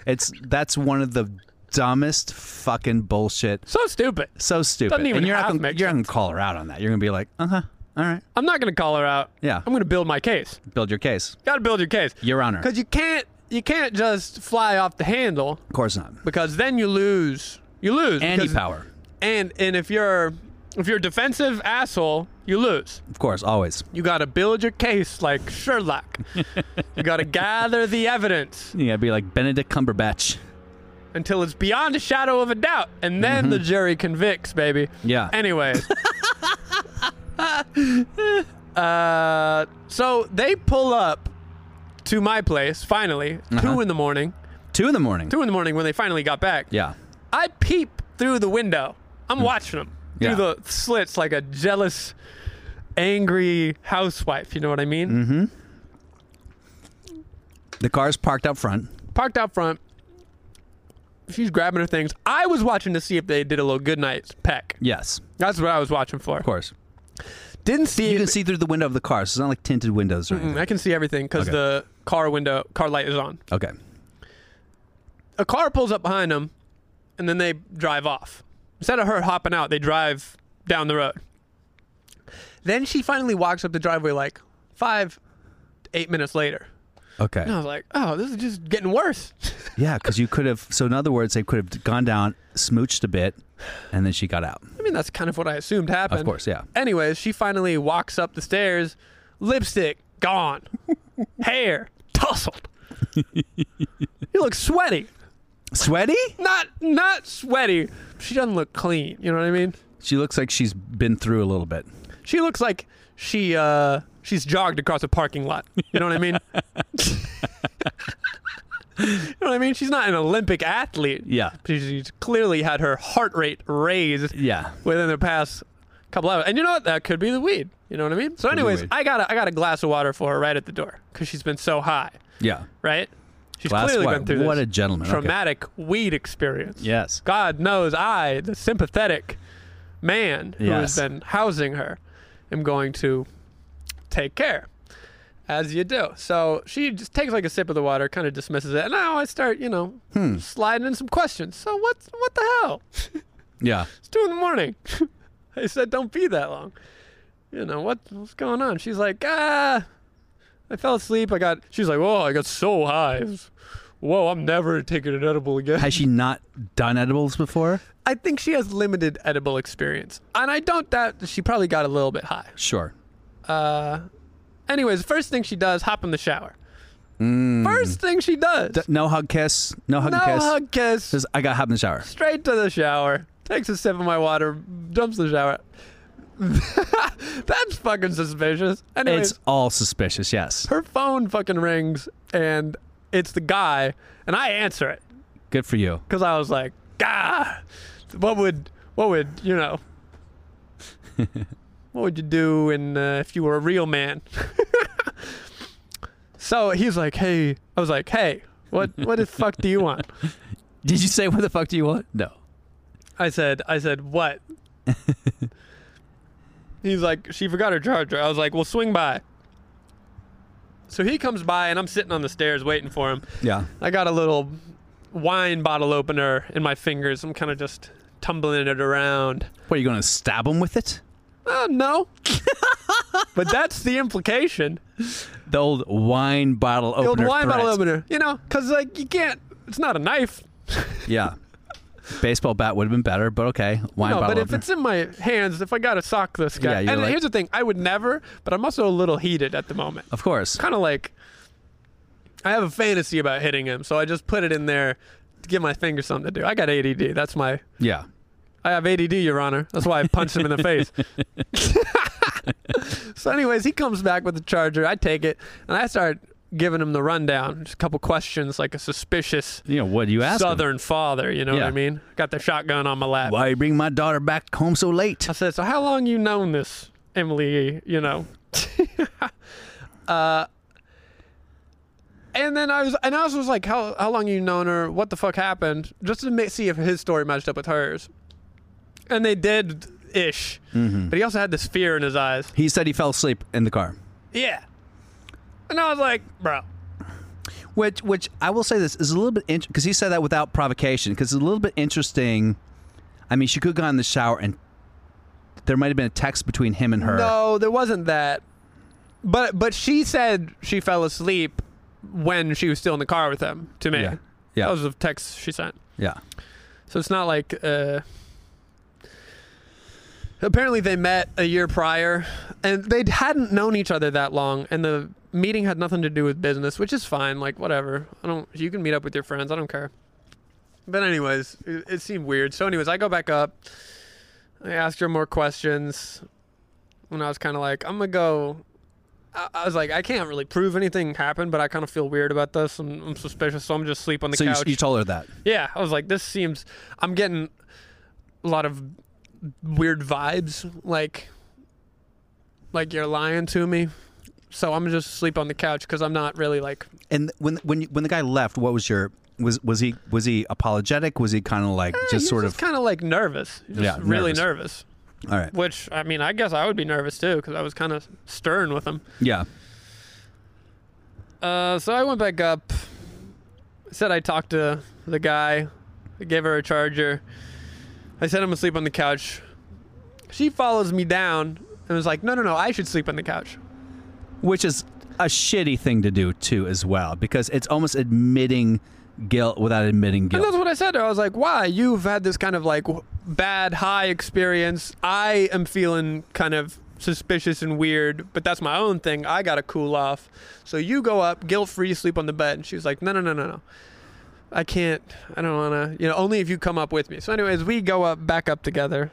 It's that's one of the dumbest fucking bullshit.
So stupid.
So stupid.
Doesn't even
and you're
half
not gonna,
make
you're not gonna call her out on that. You're gonna be like, uh huh, all right,
I'm not gonna call her out.
Yeah.
I'm gonna build my case.
build your case,
Got to build your case.
Your Honor.
Because you can't you can't just fly off the handle
Of course not.
because then you lose. You lose.
Any
because-
power,
And and if you're if you're a defensive asshole, you lose.
of course, always.
You got to build your case like
[laughs]
Sherlock. you got to gather the evidence
You gotta be like Benedict Cumberbatch.
until it's beyond a shadow of a doubt, and then the jury convicts, baby.
Mm-hmm. Yeah. [laughs]
Anyways. [laughs] uh, so they pull up to my place finally, two in the morning.
Two in the morning.
Two in the morning when they finally got back.
Uh-huh. Yeah. Mm.
I peep through the window. I'm watching them
Yeah.
through the slits like a jealous, angry housewife. You know what I mean?
Mm-hmm. The car's parked out front.
parked out front. She's grabbing her things. I was watching to see if they did a little goodnight peck.
Yes, of
That's what I was watching for.
course.
Didn't see.
You can see through the window of the car, so it's not like tinted windows or anything.
I can see everything because
Okay.
the car window, car light is on.
Okay.
A car pulls up behind them, and then they drive off. Instead of her hopping out, they drive down the road. Then she finally walks up the driveway like five, eight minutes later.
Okay.
And I was like, oh, this is just getting worse. [laughs]
Yeah, because you could have. So in other words, they could have gone down, smooched a bit, and then she got out.
I mean, that's kind of what I assumed happened.
Of course, yeah.
Anyways, she finally walks up the stairs, lipstick gone, [laughs] hair tousled. [laughs] you look sweaty.
Sweaty?
Not not sweaty. She doesn't look clean. You know what I mean?
She looks like she's been through a little bit.
She looks like she uh she's jogged across a parking lot. You know what I mean? [laughs] you know what I mean? She's not an Olympic athlete.
Yeah.
But she's clearly had her heart rate raised
Yeah.
within the past couple hours. And you know what? That could be the weed. You know what I mean? So,
be
anyways,
weed.
I got a, I got a glass of water for her right at the door because she's been so high,
Yeah.
right? She's
Glass of
clearly
water.
been through
What
this
a gentleman. Okay.
traumatic weed experience.
Yes.
God knows I, the sympathetic man who
Yes.
has been housing her, am going to take care. As you do. So she just takes like a sip of the water, kind of dismisses it, and now I start, you know, sliding in some questions. So what's what the hell?
Yeah.
It's two in the morning. [laughs] I said, don't be that long. You know, what, what's going on? She's like, ah, I fell asleep. I got, she's like, whoa, I got so high. It was- Whoa, I'm never taking an edible again.
Has she not done edibles before?
I think she has limited edible experience. And I don't doubt that she probably got a little bit high.
Sure.
Anyways, first thing she does, hop in the shower. First thing she does,
D- no hug kiss. No hug
no
and Mm. kiss.
hug kiss.
Says, I got hop in the shower.
straight to the shower, takes a sip of my water, jumps in the shower. [laughs] That's fucking suspicious. Anyways,
It's all suspicious. Yes.
her phone fucking rings and it's the guy, and I answer it
Good for you.
because I was like, ah, what would, what would, you know, what would you do in, uh, if you were a real man? [laughs] so he's like, hey, I was like, hey, what, what the fuck do you want?
Did you say what the fuck do you want? No.
I said, I said, what? He's like, she forgot her charger. I was like, well, swing by. So he comes by, and I'm sitting on the stairs waiting for him.
Yeah.
I got a little wine bottle opener in my fingers. I'm kind of just tumbling it around.
What are you going to stab him with it?
Uh, no. [laughs] but that's the implication.
The old wine bottle opener.
The old wine bottle
threat.
opener, you know, because, like, you can't, it's not a knife.
Yeah. Baseball bat would have been better, but okay. Wine
No,
bottle
but if
opener.
it's in my hands, if I gotta sock this guy,
Yeah, you're
and
like-
here's the thing, I would never, but I'm also a little heated at the moment.
of course.
Kind of like, I have a fantasy about hitting him, so I just put it in there to give my finger something to do. I got ADD. That's my,
Yeah.
I have ADD, Your Honor. That's why I punched him in the face. [laughs] so, anyways, he comes back with the charger. I take it, and I start giving him the rundown, just a couple questions, like a suspicious
You know, what do you ask? him?
Southern father. You know what
Yeah.
I mean? Got the shotgun on my lap.
Why you bring my daughter back home so late?
I said, "So how long you known this, Emily? You
[laughs]
know?" uh, and then I was, and I also was like, "How how long you known her? What the fuck happened?" Just to ma- see if his story matched up with hers. And they did ish,
Mm-hmm.
but he also had this fear in his eyes.
He said he fell asleep in the car.
Yeah, and I was like, "Bro,
Which, which I will say this is a little bit because he said that without provocation because it's a little bit interesting. I mean, she could have gone in the shower and there might have been a text between him and her.
No, there wasn't that. But but she said she fell asleep when she was still in the car with him to me.
Yeah. Yeah.
That was the text she sent.
Yeah.
So it's not like uh apparently they met a year prior and they hadn't known each other that long and the meeting had nothing to do with business, which is fine, like whatever. I don't you can meet up with your friends, I don't care. But anyways, it, it seemed weird. So anyways, I go back up. I asked her more questions. And I was kind of like, I'm going to go I I was like, I can't really prove anything happened, but I kind of feel weird about this. I'm, I'm suspicious, so I'm just sleep on the
So you,
couch.
you told her that.
Yeah, I was like, this seems. I'm getting a lot of weird vibes, like, like you're lying to me. So I'm just sleep on the couch because I'm not really like.
And when when you- when the guy left, what was your was was he was he apologetic? Was Eh, he kind of like just sort of
kind of like nervous, just
Yeah,
really
nervous.
nervous.
all right?
Which I mean, I guess I would be nervous too because I was kind of stern with him.
Yeah.
Uh, so I went back up, said I talked to the guy, I gave her a charger. I said I'm gonna sleep on the couch. She follows me down and was like, "No, no, no, I should sleep on the couch."
which is a shitty thing to do too as well because it's almost admitting guilt without admitting
And that's
guilt
what I said to her. I was like, "Why? You've had this kind of like w- bad high experience. I am feeling kind of suspicious and weird, but that's my own thing. I gotta cool off. So you go up, guilt free, sleep on the bed." And she was like, "No, no, no, no, no. I can't. I don't wanna. You know, only if you come up with me." So, anyways, we go up, back up together.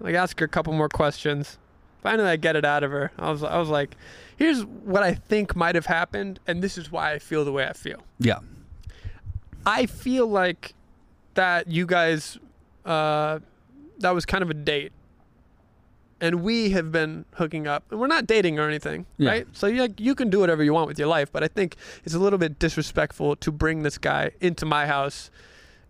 Like, ask her a couple more questions. Finally, I get it out of her. I was, I was like, "Here's what I think might have happened, and this is why I feel the way I feel."
yeah
I feel like that you guys, uh, that was kind of a date, and we have been hooking up, and we're not dating or anything,
Yeah.
right? So you like you can do whatever you want with your life, but I think it's a little bit disrespectful to bring this guy into my house,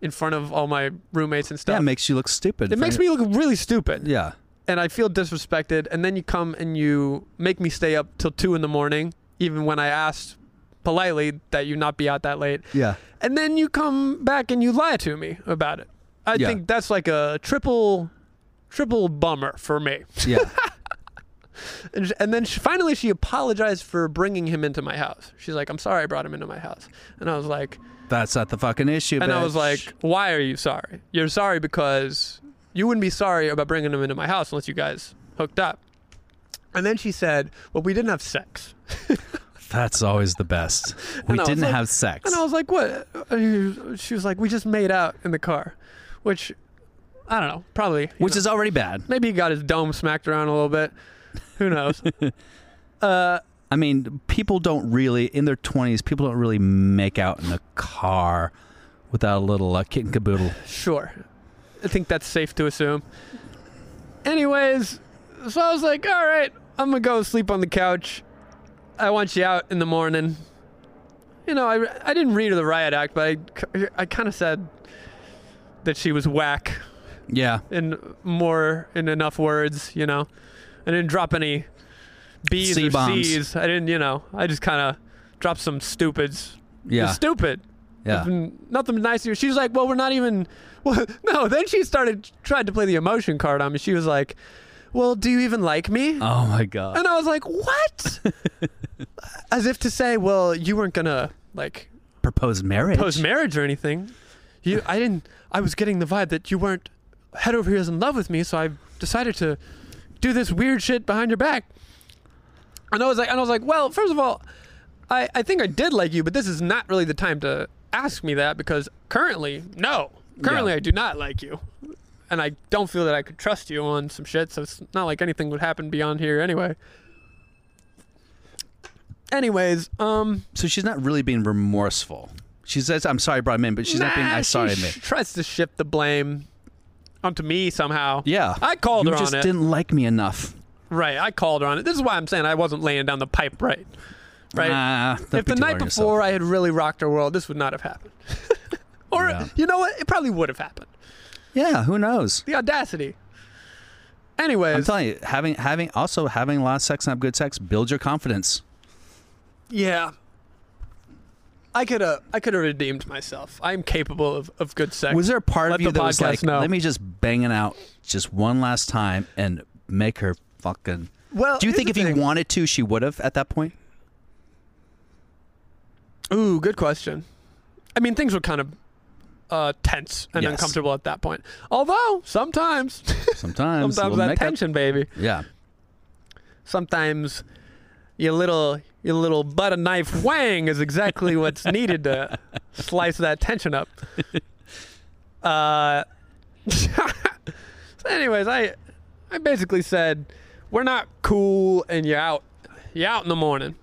in front of all my roommates and
yeah
stuff.
it makes you look stupid
it makes me look really stupid
yeah
and I feel disrespected. And then you come and you make me stay up till two in the morning, even when I asked politely that you not be out that late.
Yeah.
And then you come back and you lie to me about it. I
Yeah.
think that's like a triple, triple bummer for me.
yeah [laughs]
And, sh- and then she, finally she apologized for bringing him into my house. She's like, "I'm sorry, I brought him into my house." And I was like,
that's not the fucking issue
and I
bitch.
was like, "Why are you sorry? You're sorry because you wouldn't be sorry about bringing him into my house unless you guys hooked up." And then she said, "Well, we didn't have sex."
that's always the
[laughs]
best we
And I was
didn't
like-
have sex
And I was like, "What?" Uh, She was like, "We just made out in the car," which I don't know, probably. you
which
know,
is already bad
maybe he got his dome smacked around a little bit. Who knows?
i mean people don't really in their 20s people don't really make out in a car without a little uh, kit and caboodle
Sure. I think that's safe to assume. Anyways, so I was like, all right, I'm going to go sleep on the couch. I want you out in the morning. You know, I, I didn't read the riot act, but I, I kind of said that she was whack
yeah
in more, in enough words, you know. I didn't drop any B's or
C-bombs.
C's. I didn't, you know, I just kind of dropped some stupids.
yeah
Stupid
yeah
nothing, nothing nice to you. She's like, well, we're not even. [laughs] Well, no. Then she started tried to play the emotion card on me. She was like, well, do you even like me?
oh my god
and I was like, what? As if to say, well, you weren't gonna like
proposed marriage
post marriage or anything. You, I didn't. I was getting the vibe that you weren't head over heels in love with me, so I decided to do this weird shit behind your back. And I was like, and I was like, well, first of all, I, I think I did like you, but this is not really the time to ask me that because currently, no, currently
Yeah.
I do not like you, and I don't feel that I could trust you on some shit. So it's not like anything would happen beyond here anyway. Anyways, um.
so she's not really being remorseful she says i'm sorry i brought him in but she's not being
Nah,
i sorry
she
i
sh- tries to shift the blame onto me somehow.
Yeah.
I called
you
her
just
on it.
didn't like me enough.
Right, I called her on it. This is why I'm saying I wasn't laying down the pipe right. Right.
Nah, don't
if
be
the
too
night
hard on
before I had really rocked her world, this would not have happened. [laughs] or
Yeah.
you know what? It probably would have happened.
yourself. Yeah, who knows?
The audacity.
I'm
Anyways,
telling you, having having also having a lot of sex and have good sex builds your confidence.
yeah. I could have I could have redeemed myself. I'm capable of, of good sex.
Was there a part
Let
of you
the
that was
podcast
like,
know.
let me just bang it out just one last time and make her fucking?
Well,
do you
here's
think
the
if you
thing.
wanted to, she would have at that point?
Ooh, good question. I mean, things were kind of uh, tense and
Yes.
uncomfortable at that point. Although sometimes,
Sometimes, a
sometimes
little
that
makeup.
tension, baby.
Yeah,
Sometimes your little your little butter knife wang is exactly what's needed to slice that tension up. Uh, [laughs] so anyways, I I basically said we're not cool, and you're out you're out in the morning.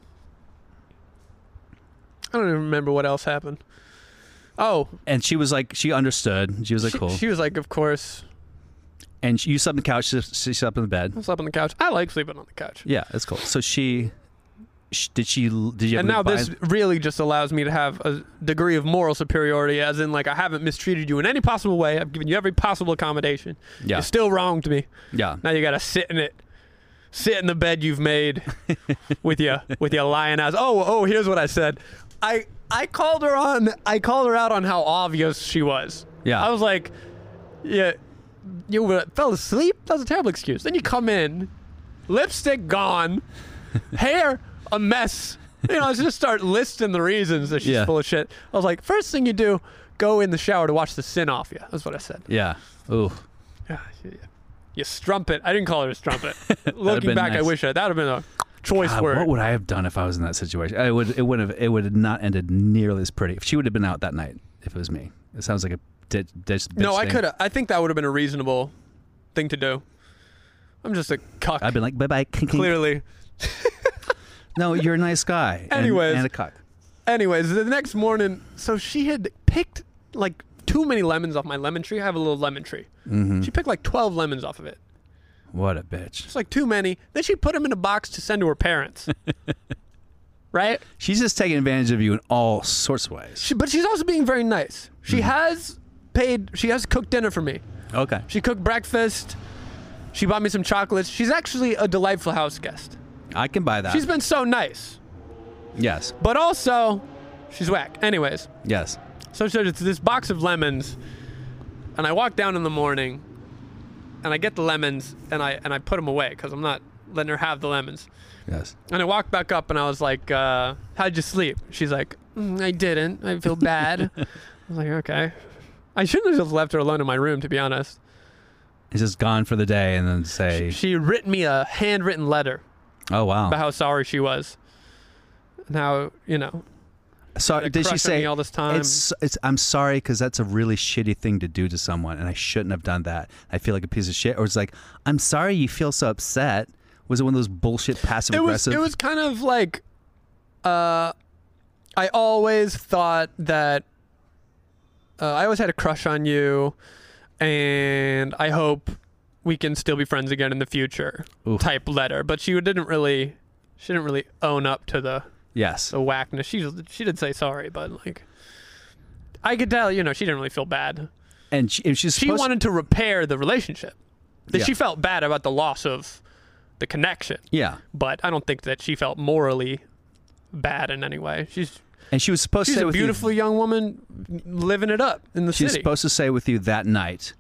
I don't even remember what else happened. Oh,
and she was like, she understood. She was like,
she,
cool.
she was like, "Of course,
and she, you slept on the couch. She, she slept on the bed.
I slept on the couch. I like sleeping on the couch."
Yeah, that's cool. So she, sh did she? Did you?
and
ever
now this
buy-
really just allows me to have a degree of moral superiority as in like i haven't mistreated you in any possible way i've given you every possible accommodation
Yeah.
you still wronged me
Yeah.
now you gotta sit in it sit in the bed you've
[laughs]
made with your with your lion eyes oh oh here's what i said i i called her on i called her out on how obvious she was
Yeah.
i was like yeah you were- fell asleep that's a terrible excuse then you come in lipstick
[laughs]
gone hair a mess. You know, I just start listing the reasons that she's
Yeah.
full of shit. I was like, first thing you do, go in the shower to wash the sin off you. That's what I said.
Yeah. Ooh. Ah,
Yeah, yeah. You strumpet. I didn't call her a
[laughs]
strumpet.
been
Looking back, I
nice.
wish I, that would have been a choice
God,
word.
what would I have done if I was in that situation? I would. It would have. It would have not ended nearly as pretty. If she would have been out that night, if it was me, it sounds like a ditch. ditch
no,
bitch
I
thing.
could have. I think that would have been a reasonable thing to do. I'm just a cuck.
I've been like, bye bye.
clearly.
No, you're a nice guy. and-
Anyways.
and, a cock.
Anyways, the next morning, so she had picked like too many lemons off my lemon tree. I have a little lemon tree.
Mm-hmm.
She picked like 12 lemons off of it.
What a bitch.
It's like too many. Then she put them in a box to send to her
[laughs]
parents. right?
She's just taking advantage of you in all sorts of ways.
She, but she's also being very nice. She
Mm-hmm.
has paid, she has cooked dinner for me.
Okay.
She cooked breakfast. She bought me some chocolates. She's actually a delightful house guest.
I can buy that.
She's been so nice.
yes.
But also, she's whack. Anyways,
Yes.
so she it's this box of lemons. And I walk down in the morning and I get the lemons and I, and I put them away because I'm not letting her have the lemons.
Yes.
And I walked back up and I was like, uh, How'd you sleep? She's like, "Mm, I didn't. I feel bad. I was like, Okay. I shouldn't have just left her alone in my room, to be honest.
It's just gone for the day and then say,
She written me a handwritten letter
oh,
about
wow.
how sorry she was. And how, you know,
So
they're
did she
crushing
say,
me all this time.
It's, it's, I'm sorry because that's a really shitty thing to do to someone and I shouldn't have done that. I feel like a piece of shit. Or it's like, I'm sorry you feel so upset. Was it one of those bullshit passive
it was,
aggressive?
it was kind of like, uh, I always thought that uh, I always had a crush on you, and I hope we can still be friends again in the future.
Oof.
Type letter, but she didn't really, she didn't really own up to the
yes.
the whackness. She she did say sorry, but like, I could tell, you know, she didn't really feel bad.
And she, if she's
She
supposed
wanted to repair the relationship. That
Yeah.
she felt bad about the loss of the connection
Yeah.
but I don't think that she felt morally bad in any way. She's
And she was supposed
she's
to say
a
with you,
beautiful young woman living it up in the
She's
city.
supposed to stay with you that night,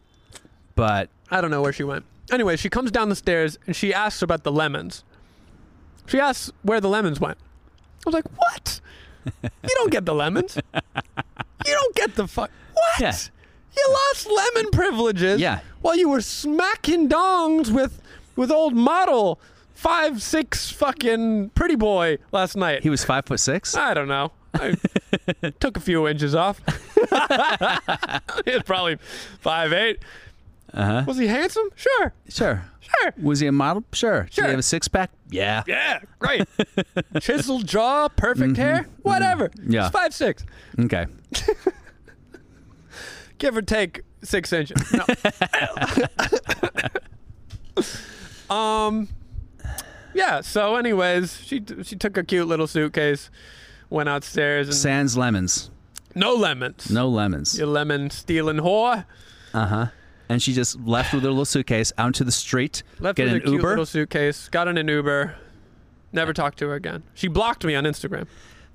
but
I don't know where she went. Anyway, she comes down the stairs and she asks about the lemons. She asks where the lemons went. I was like, "What? You don't get the lemons. You don't get the fuck. What?
Yeah.
You lost lemon privileges.
Yeah.
While you were smacking dongs with with old model five six fucking pretty boy last night.
he was five foot
[laughs]
six.
I don't know.
[laughs]
I took a few inches off. He's probably five eight.
Uh-huh.
Was he handsome? Sure,
Sure.
sure.
Was he a model? Sure. Did
Sure.
he have a six pack? Yeah. Mm-hmm.
Yeah, great. [laughs] Chiseled jaw, perfect hair, whatever.
Yeah.
He's five six,
Okay.
give or take six inches.
[laughs]
No. um, yeah. So, anyways, she she took a cute little suitcase, went outstairs, and
Sans lemons.
no lemons.
No lemons.
You lemon stealing whore.
Uh huh. And she just left with her little suitcase out to the street.
Left
get
with
an
a cute
Uber.
little suitcase. Got in an Uber. Never talked to her again. She blocked me on Instagram.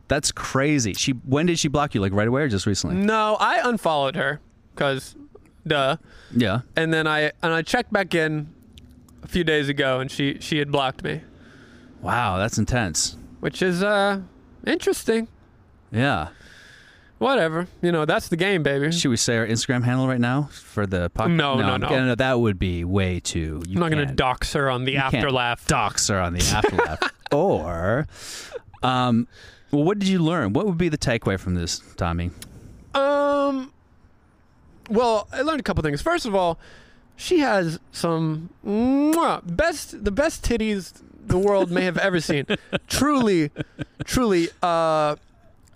That's crazy. She when did she block you? Like right away or just recently?
No, I unfollowed her because, duh.
Yeah.
And then I and I checked back in a few days ago, and she she had blocked me,
Wow, that's intense.
which is uh interesting.
Yeah.
Whatever, you know, that's the game, baby.
Should we say our Instagram handle right now for the podcast?
No, no,
I'm
no.
gonna- that would be way too. You
I'm not gonna
can't-
dox her on the
you can't
after laugh.
Docs are on the afterlap. [laughs] or, um, well, what did you learn? What would be the takeaway from this, Tommy?
Um. Well, I learned a couple things. First of all, she has some mwah, best the best titties the world may have ever seen. truly, truly. Uh,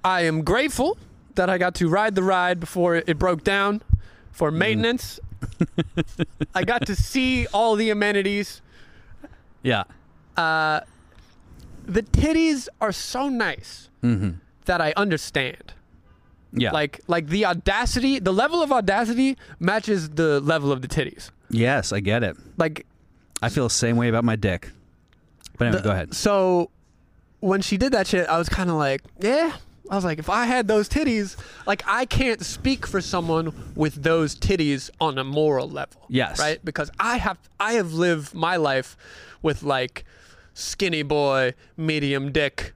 I am grateful that I got to ride the ride before it broke down for maintenance. I got to see all the amenities.
Yeah.
The titties are so nice that I understand.
Yeah.
Like like the audacity, the level of audacity matches the level of the titties.
yes, I get it.
Like
I feel the same way about my dick. But anyway, go ahead.
so when she did that shit, I was kind of like, yeah. I was like, if I had those titties, like I can't speak for someone with those titties on a moral level.
Yes.
Right? Because I have I have lived my life with like skinny boy, medium dick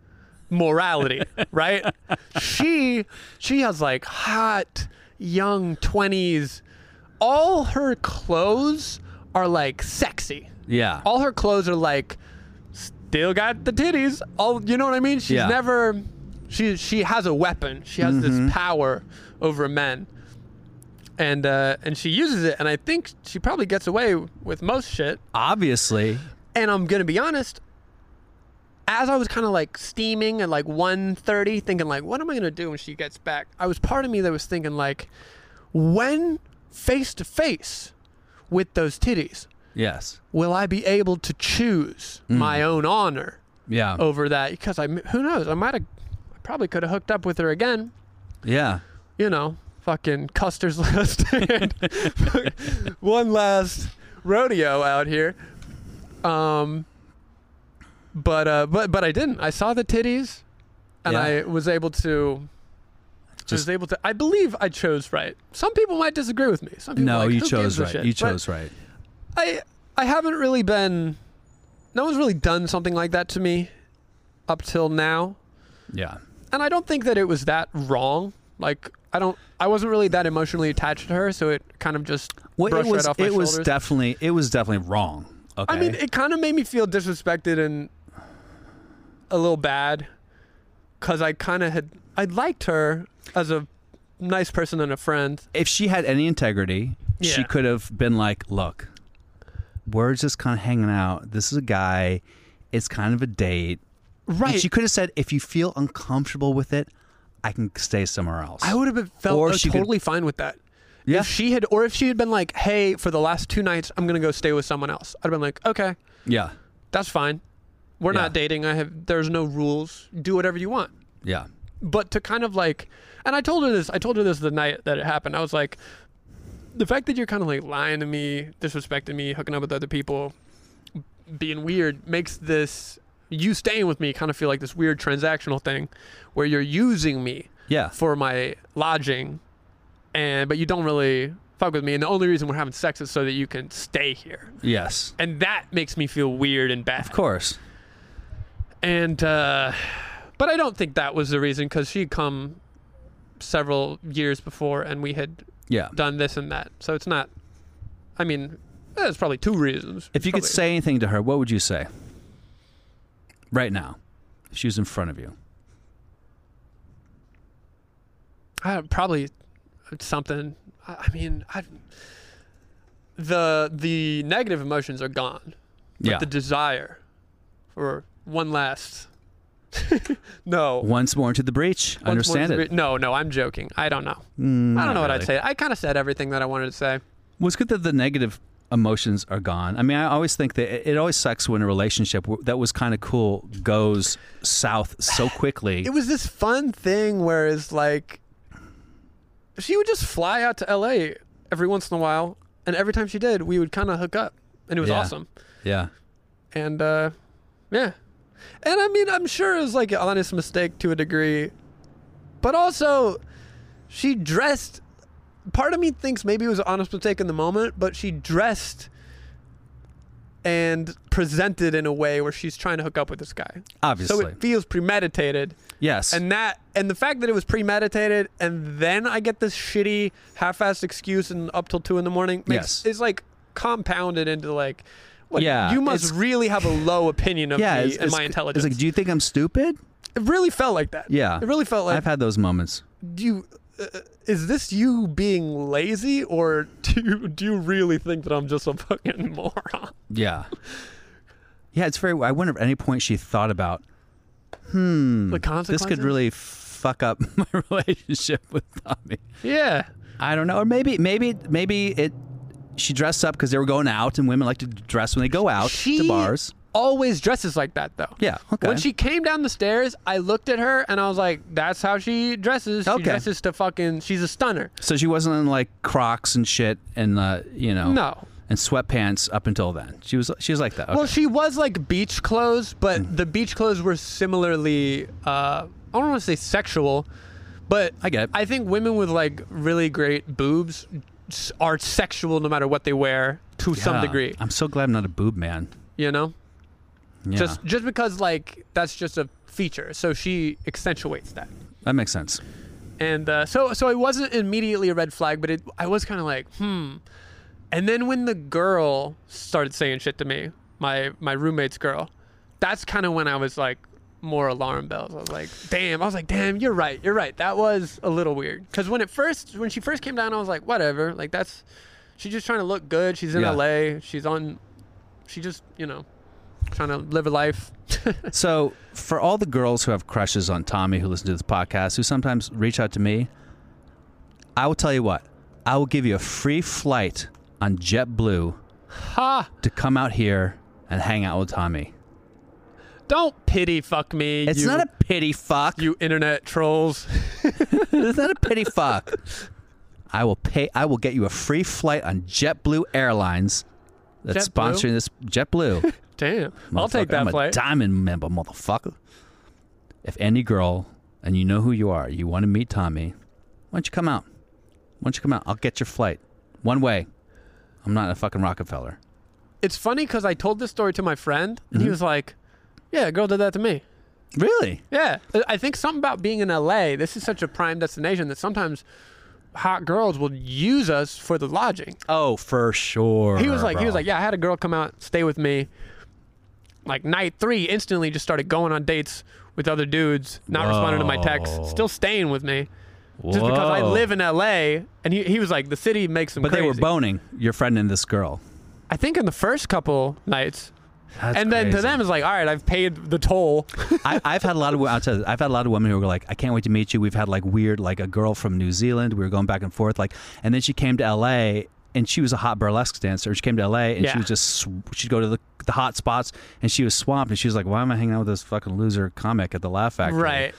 morality, right? She she has like hot young 20s. All her clothes are like sexy
Yeah.
all her clothes are like still got the titties all you know what i mean she's
Yeah.
never she she has a weapon she has
Mm-hmm.
this power over men and uh and she uses it and i think she probably gets away with most shit
Obviously.
and i'm gonna be honest as i was kind of like steaming at like 1.30 thinking like what am i gonna do when she gets back i was part of me that was thinking like when face to face with those titties
Yes.
will I be able to choose
Mm.
my own honor
Yeah.
over that? Because I, who knows? I might have, I probably could have hooked up with her again.
Yeah.
You know, fucking Custer's [laughs] last stand, one last rodeo out here. Um, but uh, but but I didn't. I saw the titties, and
Yeah.
I was able to.
Just-
was able to. I believe I chose right. Some people might disagree with me. Some people
No,
are like,
you
"Who
chose
gives a
right.
shit?"
You
But-
chose right.
I I haven't really been. No one's really done something like that to me up till now,
Yeah.
and I don't think that it was that wrong. Like I don't. I wasn't really that emotionally attached to her, so it kind of just
Well, it
brushed
was
right off my
it was
shoulders.
definitely it was definitely wrong. Okay.
I mean, it kind of made me feel disrespected and a little bad because I kind of had I liked her as a nice person and a friend.
if she had any integrity, she
Yeah.
could have been like, "Look, we're just kind of hanging out. This is a guy. It's kind of a date." And she could have said, "If you feel uncomfortable with it, I can stay somewhere else."
I would have been- felt
Or
uh,
she could-
totally fine with that.
Yeah.
If she had, or if she had been like, "Hey, for the last two nights, I'm gonna go stay with someone else," I'd have been like, "Okay,
yeah,
that's fine. We're
Yeah.
not dating. I have. There's no rules. Do whatever you want."
yeah,
But to kind of like, and I told her this. I told her this the night that it happened. I was like, "The fact that you're kind of like lying to me, disrespecting me, hooking up with other people, being weird, makes this." You staying with me kind of feel like this weird transactional thing where you're using me
yeah,
for my lodging and but you don't really fuck with me and the only reason we're having sex is so that you can stay here
yes,
and that makes me feel weird and bad
of course,
and uh but i don't think that was the reason because she'd come several years before and we had
yeah."
done this and that so it's not i mean there's probably two reasons
If you could
Probably-
say anything to her, what would you say? Right now, if she was in front of you.
I, uh, probably something. I, I mean, I, the the negative emotions are gone. But
Yeah.
The desire for one last. [laughs] no.
Once more into the breach.
Once
Understand
more
it. Mm,
to be- No, no, I'm joking. I don't know. I
not
don't know what
really.
I'd say. I kind of said everything that I wanted to say.
Well, it's good that the negative emotions are gone. I mean, I always think that it- it always sucks when a relationship w- that was kind of cool goes south
[sighs]
so quickly.
It was this fun thing where it's like she would just fly out to LA every once in a while, and every time she did, we would kind of hook up, and it was
Yeah.
awesome.
yeah.
and uh, yeah, And I mean, I'm sure it was like an honest mistake to a degree. But also, she dressed. Part of me thinks maybe it was an honest mistake in the moment, but she dressed and presented in a way where she's trying to hook up with this guy. So
Obviously.
it feels premeditated.
Yes.
And that and the fact that it was premeditated and then I get this shitty half-assed excuse and up till two in the morning makes
Yes.
is like compounded into like what
Yeah,
you must
it's-
really have a low opinion of
yeah,
me
it's,
and
it's-
my intelligence.
It's like, do you think I'm stupid?
it really felt like that.
Yeah.
It really felt like
I've had those moments.
do you uh, is this you being lazy or do you, do you really think that I'm just a fucking [laughs] moron?
Yeah. Yeah, it's very. I wonder if at any point she thought about
The
this
consequences.
could really fuck up [laughs] my relationship with Tommy.
Yeah.
I don't know, or maybe, maybe, maybe it. She dressed up because they were going out, and women like to dress when they go out to bars.
always dresses like that though.
Yeah, okay.
When she came down the stairs, I looked at her and I was like, "That's how she dresses. She
Okay.
dresses to fucking. She's a stunner."
So she wasn't in like Crocs and shit, and uh, you know,
No.
and sweatpants up until then. She was, she was like that. Okay.
Well, she was like beach clothes, but
Mm.
the beach clothes were similarly. Uh, I don't want to say sexual, but
I get it.
I think women with like really great boobs s- are sexual no matter what they wear to some
Yeah.
degree.
I'm so glad I'm not a boob man.
You know,
Yeah,
just just because like that's just a feature, so she accentuates that.
that makes sense.
and uh, so so it wasn't immediately a red flag, but it, I was kind of like, hmm. And then when the girl started saying shit to me, my my roommate's girl, that's kind of when I was like more alarm bells. I was like, damn. I was like, damn. You're right. You're right. That was a little weird. Because when it first when she first came down, I was like, whatever. Like that's she's just trying to look good. She's in
Yeah.
L.A. She's on. She just you know trying to live a life.
So, for all the girls who have crushes on Tommy who listen to this podcast, who sometimes reach out to me, I will tell you what, I will give you a free flight on JetBlue
ha.
to come out here and hang out with Tommy.
Don't pity fuck me.
It's
you-
not a pity fuck.
you internet trolls.
it's not a pity fuck. I will pay. I will get you a free flight on JetBlue Airlines that's
JetBlue?
sponsoring this JetBlue.
Damn. [laughs] I'll take
Motherfucker, I'm
that
a
flight.
diamond member, motherfucker. If any girl, and you know who you are, you want to meet Tommy, why don't you come out? Why don't you come out? I'll get your flight. One way. I'm not a fucking Rockefeller.
it's funny because I told this story to my friend, and
Mm-hmm.
he was like, Yeah, a girl did that to me.
Really?
Yeah. I- I think something about being in LA, this is such a prime destination that sometimes hot girls will use us for the lodging.
Oh, for sure.
He was like, He was
bro.
like, Yeah, I had a girl come out, stay with me. Like night three, instantly just started going on dates with other dudes, not responding to my
Whoa.
texts, still staying with me. Just because I
Whoa.
live in LA, and he, he was like, the city makes them
But they were
crazy."
boning your friend and this girl.
I think in the first couple nights,
That's
and then to
crazy.
them it's like, all right, I've paid the
[laughs]
toll.
I, I've had a lot of I'll tell you, I've had a lot of women who were like, I can't wait to meet you. We've had like weird like a girl from New Zealand. We were going back and forth like, and then she came to L.A. and she was a hot burlesque dancer. She came to L.A. and
Yeah.
she was just sw- she'd go to the, the hot spots and she was swamped and she was like, Why am I hanging out with this fucking loser comic at the Laugh Factory?
right.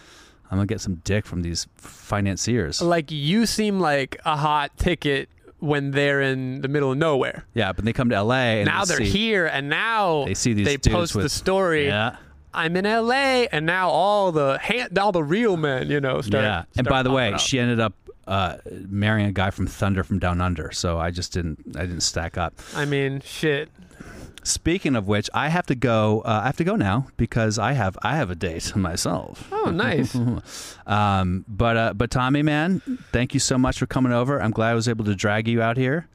I'm gonna get some dick from these financiers.
Like you seem like a hot ticket when they're in the middle of nowhere.
yeah, but they come to L.A. and
now
they
they're
see-
here and now
They see these
they
dudes
post the
with-
story.
Yeah.
I'm in LA and now all the hand, all the real men, you know, start
yeah, and
start
by the way,
popping up.
she ended up uh, marrying a guy from Thunder from Down Under. So I just didn't, I didn't stack up.
I mean,
[laughs]
shit.
Speaking of which, I have to go. Uh, I have to go now because I have I have a date [laughs] myself.
Oh,
[laughs]
nice.
Um, but uh, but Tommy, man, thank you so much for coming over. I'm glad I was able to drag you out here,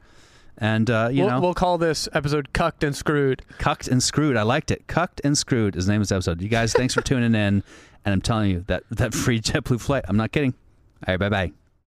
and uh, you
we'll,
know,
we'll call this episode cucked and screwed.
cucked and screwed. I liked it. Cucked and screwed is the name of this episode.
[laughs]
[laughs] You guys, thanks for tuning in, and I'm telling you that that free JetBlue flight. I'm not kidding. All right, bye bye.